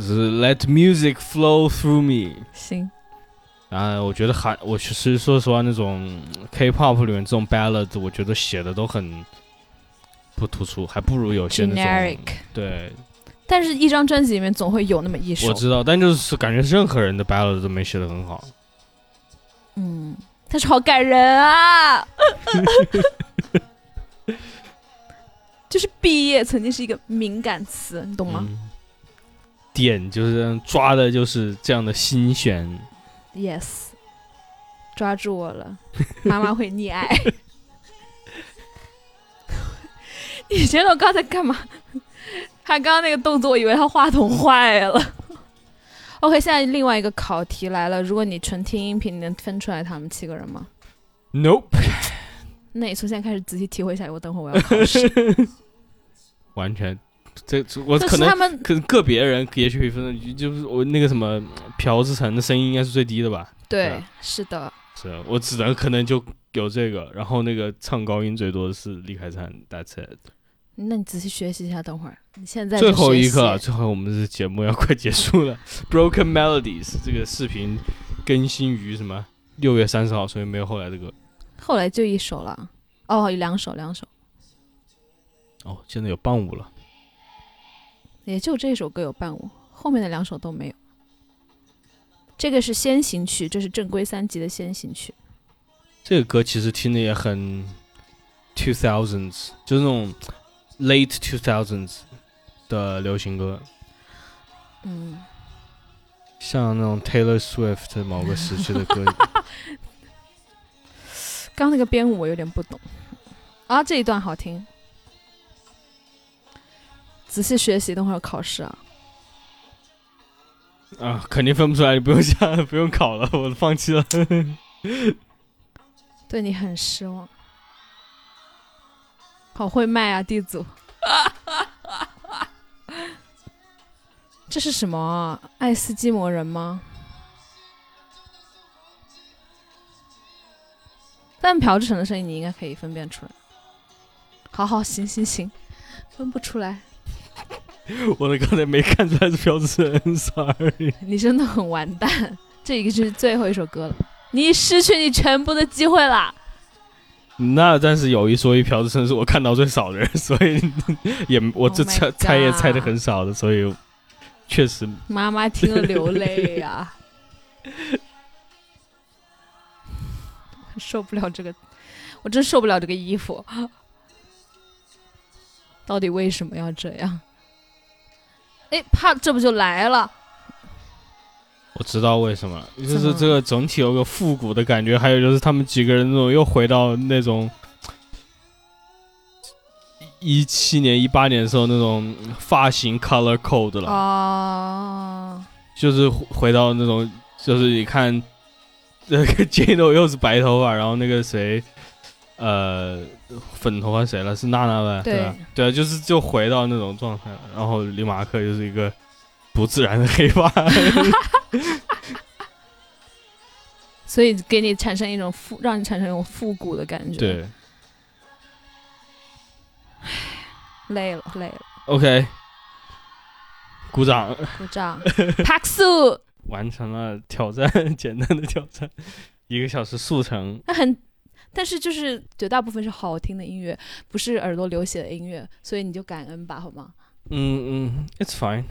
[SPEAKER 1] 是 Let music flow through me。
[SPEAKER 2] 行，
[SPEAKER 1] 啊，我觉得韩，我其实说实话，那种 K-pop 里面这种 ballad，我觉得写的都很不突出，还不如有些那种
[SPEAKER 2] Generic
[SPEAKER 1] 对，
[SPEAKER 2] 但是一张专辑里面总会有那么一首
[SPEAKER 1] 我，知道，但就是感觉任何人的 ballad 都没写的很好。
[SPEAKER 2] 嗯，但是好感人 啊！就是毕业曾经是一个敏感词，你懂吗、
[SPEAKER 1] 嗯点就是这样抓的，就是这样的心弦。
[SPEAKER 2] y e s 抓住我了，妈妈会溺爱。 你觉得我刚才干嘛？他刚刚那个动作，我以为他话筒坏了。 OK，现在另外一个考题来了，如果你纯听音频，你能分出来他们七个人吗？
[SPEAKER 1] Nope，
[SPEAKER 2] 那你从现在开始仔细体会一下，我等会儿我要考试。
[SPEAKER 1] 完全，这这 我
[SPEAKER 2] 就
[SPEAKER 1] 可
[SPEAKER 2] 是
[SPEAKER 1] 能
[SPEAKER 2] 他们
[SPEAKER 1] 可能个别人也许分得就是我那个什么朴智诚的声音应该是最低的吧？对
[SPEAKER 2] 对
[SPEAKER 1] 啊，
[SPEAKER 2] 是的，
[SPEAKER 1] 是啊我只能可能就有这个，然后那个唱高音最多的是李凯灿，That's it。
[SPEAKER 2] 那你仔细学习一下，等会儿你现在就
[SPEAKER 1] 最后一
[SPEAKER 2] 学
[SPEAKER 1] 刻，啊
[SPEAKER 2] 习
[SPEAKER 1] 最后我们这节目要快结束了。Broken Melodies 这个视频更新于什么？六月三十号，所以没有后来的歌。
[SPEAKER 2] 后来就一首了，哦，有两首，两首，
[SPEAKER 1] 哦，现在有伴舞了。
[SPEAKER 2] 也就这首歌有伴舞，后面的两首都没有。这个是先行曲，这是正规三级的先行曲。
[SPEAKER 1] 这个歌其实听的也很 two thousands，就是那种 late two thousands 的流行歌，
[SPEAKER 2] 嗯，
[SPEAKER 1] 像那种 Taylor Swift 某个时期的 歌。
[SPEAKER 2] 刚那个编舞我有点不懂，啊，这一段好听。仔细学习，等会儿有考试啊。
[SPEAKER 1] 啊，肯定分不出来，你不用想，不用考了，我放弃了。
[SPEAKER 2] 对你很失望。好会卖啊，地主。这是什么啊？爱斯基摩人吗？但朴智诚的声音你应该可以分辨出来。好好，行行行，分不出来，
[SPEAKER 1] 我的刚才没看出来是标志很 sorry。
[SPEAKER 2] 你真的很完蛋。这一个就是最后一首歌了，你失去你全部的机会啦。
[SPEAKER 1] 那但是有一说一，朴智诚是我看到最少的人，所以 也我
[SPEAKER 2] Oh
[SPEAKER 1] 这
[SPEAKER 2] my
[SPEAKER 1] 猜、猜也猜的
[SPEAKER 2] God
[SPEAKER 1] 很少的，所以确实
[SPEAKER 2] 妈妈听了流泪呀、 受不了这个，我真受不了这个衣服， 到底为什么要这样？哎，啪，这不就来了？
[SPEAKER 1] 我知道为什么，就
[SPEAKER 2] 怎
[SPEAKER 1] 是
[SPEAKER 2] 么
[SPEAKER 1] 这个整体有个复古的感觉，还有就是他们几个人那种又回到那种一七年、一八年的时候那种发型 color code 了，
[SPEAKER 2] 哦，
[SPEAKER 1] 就是回回到那种，就是你看那个 Jino 又是白头发，然后那个谁，呃，粉头发谁了？是娜娜呗？
[SPEAKER 2] 对
[SPEAKER 1] 吧对啊，就是就回到那种状态了。然后李马克就是一个不自然的黑发。
[SPEAKER 2] 所以给你产生一种复，让你产生一种复古的感觉。，
[SPEAKER 1] 对
[SPEAKER 2] 累了，累了，
[SPEAKER 1] ，OK，鼓掌，
[SPEAKER 2] 鼓 掌，拍手。
[SPEAKER 1] 完成了挑战， 简单的挑战，一个小时速成。
[SPEAKER 2] 那很，但是就是绝大部分是好听的音乐，不是耳朵流血的音乐，所以你就感恩吧，好吗？
[SPEAKER 1] 嗯嗯，It's fine，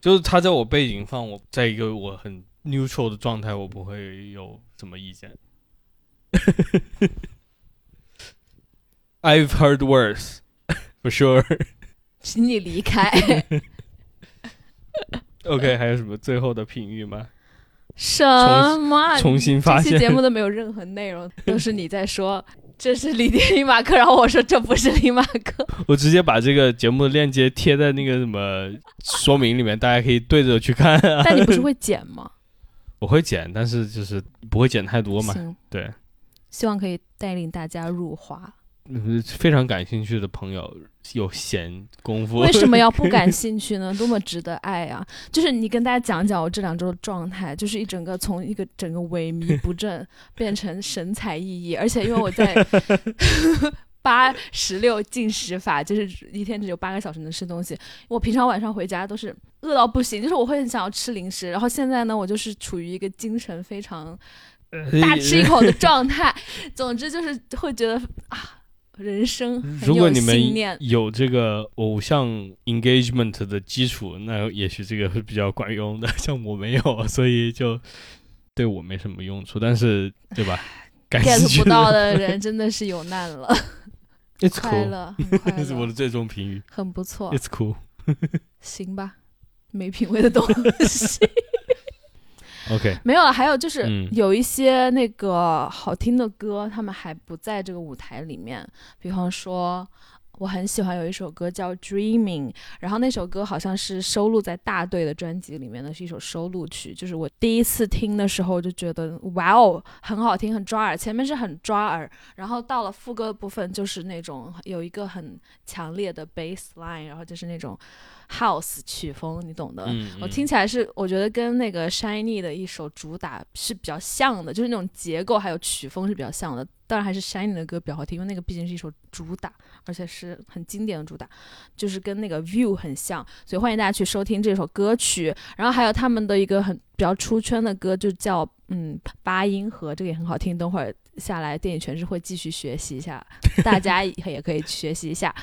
[SPEAKER 1] 就是他在我背景放我，在一个我很 neutral 的状态，我不会有什么意见。I've heard worse for sure 。
[SPEAKER 2] 请你离 开。
[SPEAKER 1] OK，还有什么最后的评语吗？
[SPEAKER 2] 什么？
[SPEAKER 1] 重新发
[SPEAKER 2] 这期节
[SPEAKER 1] 现，
[SPEAKER 2] 目都没有任何内容， 都是你在说这是李迪李马克，然后我说这不是李马克。
[SPEAKER 1] 我直接把这个节目的链接贴在那个什么说明里面，大家可以对着去看啊。
[SPEAKER 2] 但你不是会剪吗？
[SPEAKER 1] 我会剪，但是就是不会剪太多嘛。
[SPEAKER 2] 行，
[SPEAKER 1] 对，
[SPEAKER 2] 希望可以带领大家入华。
[SPEAKER 1] 嗯非常感兴趣的朋友有闲工夫，
[SPEAKER 2] 为什么要不感兴趣呢？多么值得爱啊！就是你跟大家讲讲我这两周的状态，就是一整个从一个整个萎靡 不振变成神采奕奕，而且因为我在 八十六进食法，就是一天只有八个小时能吃东西。我平常晚上回家都是饿到不行，就是我会很想要吃零食。然后现在呢，我就是处于一个精神非常 大吃一口的状态。 总之就是会觉得啊，人生很有
[SPEAKER 1] 如果你
[SPEAKER 2] 信念
[SPEAKER 1] 们有这个偶像 engagement 的基础，那也许这个会比较管用的。 像我没有，所以就对我没什么用处。但是，对吧？感兴
[SPEAKER 2] get
[SPEAKER 1] 趣
[SPEAKER 2] 不到的人真的是有难了，
[SPEAKER 1] ，It's
[SPEAKER 2] 快
[SPEAKER 1] cool，
[SPEAKER 2] 乐，很快
[SPEAKER 1] 这 是我的
[SPEAKER 2] 乐，
[SPEAKER 1] 最终 评语。
[SPEAKER 2] 很不错，
[SPEAKER 1] It's cool。
[SPEAKER 2] 行吧，没品位的东西
[SPEAKER 1] OK，
[SPEAKER 2] 没有啊了。还有就是
[SPEAKER 1] 嗯
[SPEAKER 2] 有一些那个好听的歌，他们还不在这个舞台里面，比方说。我很喜欢有一首歌叫《Dreaming》，然后那首歌好像是收录在大队的专辑里面的，是一首收录曲。就是我第一次听的时候就觉得，哇哦，很好听，很抓耳。前面是很抓耳，然后到了副歌部分就是那种有一个很强烈的 bass line，然后就是那种 house 曲风，你懂的。
[SPEAKER 1] 嗯，
[SPEAKER 2] 呃我
[SPEAKER 1] 嗯
[SPEAKER 2] 听起来是，我觉得跟那个 Shiny 的一首主打是比较像的，就是那种结构还有曲风是比较像的。当然还是 Shiny 的歌比较好听，因为那个毕竟是一首主打，而且是很经典的主打，就是跟那个 View 很像，所以欢迎大家去收听这首歌曲。然后还有他们的一个很比较出圈的歌，就叫嗯八音盒，这个也很好听。等会儿下来电影全是会继续学习一下，大家也可以学习一下。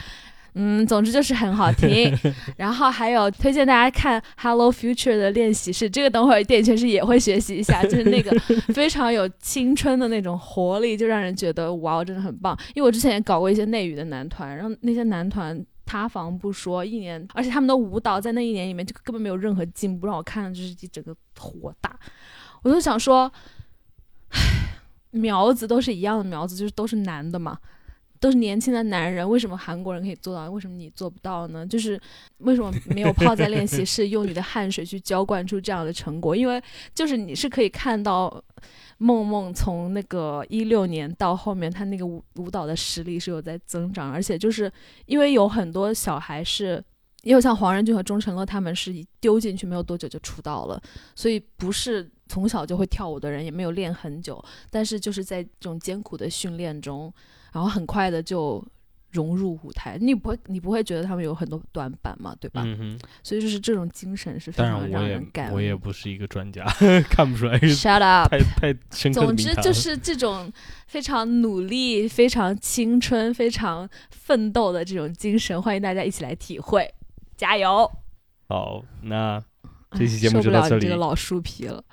[SPEAKER 2] 嗯，总之就是很好听。然后还有推荐大家看《Hello Future》的练习室，这个等会儿电影全是也会学习一下，就是那个非常有青春的那种活力，就让人觉得哇，哦，真的很棒。因为我之前也搞过一些内娱的男团，然后那些男团。塌房不说，一年，而且他们的舞蹈在那一年里面就根本没有任何进步，让我看了就是一整个火大。我就想说，唉，苗子都是一样的苗子，就是都是男的嘛，都是年轻的男人，为什么韩国人可以做到，为什么你做不到呢？就是为什么没有泡在练习室，用你的汗水去浇灌出这样的成果？因为就是你是可以看到梦梦从那个一六年到后面，她那个舞舞蹈的实力是有在增长，而且就是因为有很多小孩是。也有像黄仁俊和钟成乐他们是一丢进去没有多久就出道了，所以不是从小就会跳舞的人，也没有练很久，但是就是在这种艰苦的训练中，然后很快的就融入舞台。你不会，你不会觉得他们有很多短板嘛，对吧？
[SPEAKER 1] 嗯哼，
[SPEAKER 2] 所以就是这种精神是非
[SPEAKER 1] 当
[SPEAKER 2] 常
[SPEAKER 1] 然
[SPEAKER 2] 让
[SPEAKER 1] 我
[SPEAKER 2] 人感
[SPEAKER 1] 也
[SPEAKER 2] 恩。
[SPEAKER 1] 我也不是一个专家， 看不出来
[SPEAKER 2] Shut up。
[SPEAKER 1] 太太深刻的
[SPEAKER 2] 总
[SPEAKER 1] 名
[SPEAKER 2] 之
[SPEAKER 1] 堂
[SPEAKER 2] 就
[SPEAKER 1] 了
[SPEAKER 2] 是这种非常努力、非常青春、非常奋斗的这种精神，欢迎大家一起来体会，加油！
[SPEAKER 1] 好，那
[SPEAKER 2] 哎
[SPEAKER 1] 这期节目
[SPEAKER 2] 受
[SPEAKER 1] 就
[SPEAKER 2] 不了
[SPEAKER 1] 到这
[SPEAKER 2] 你这个
[SPEAKER 1] 里
[SPEAKER 2] 老书皮了，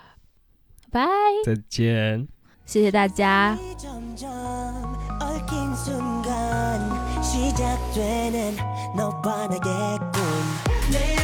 [SPEAKER 2] 拜，
[SPEAKER 1] 再见。
[SPEAKER 2] 谢谢大家。
[SPEAKER 3] 점점 얽힌 순간 시작되는 너와 나의 꿈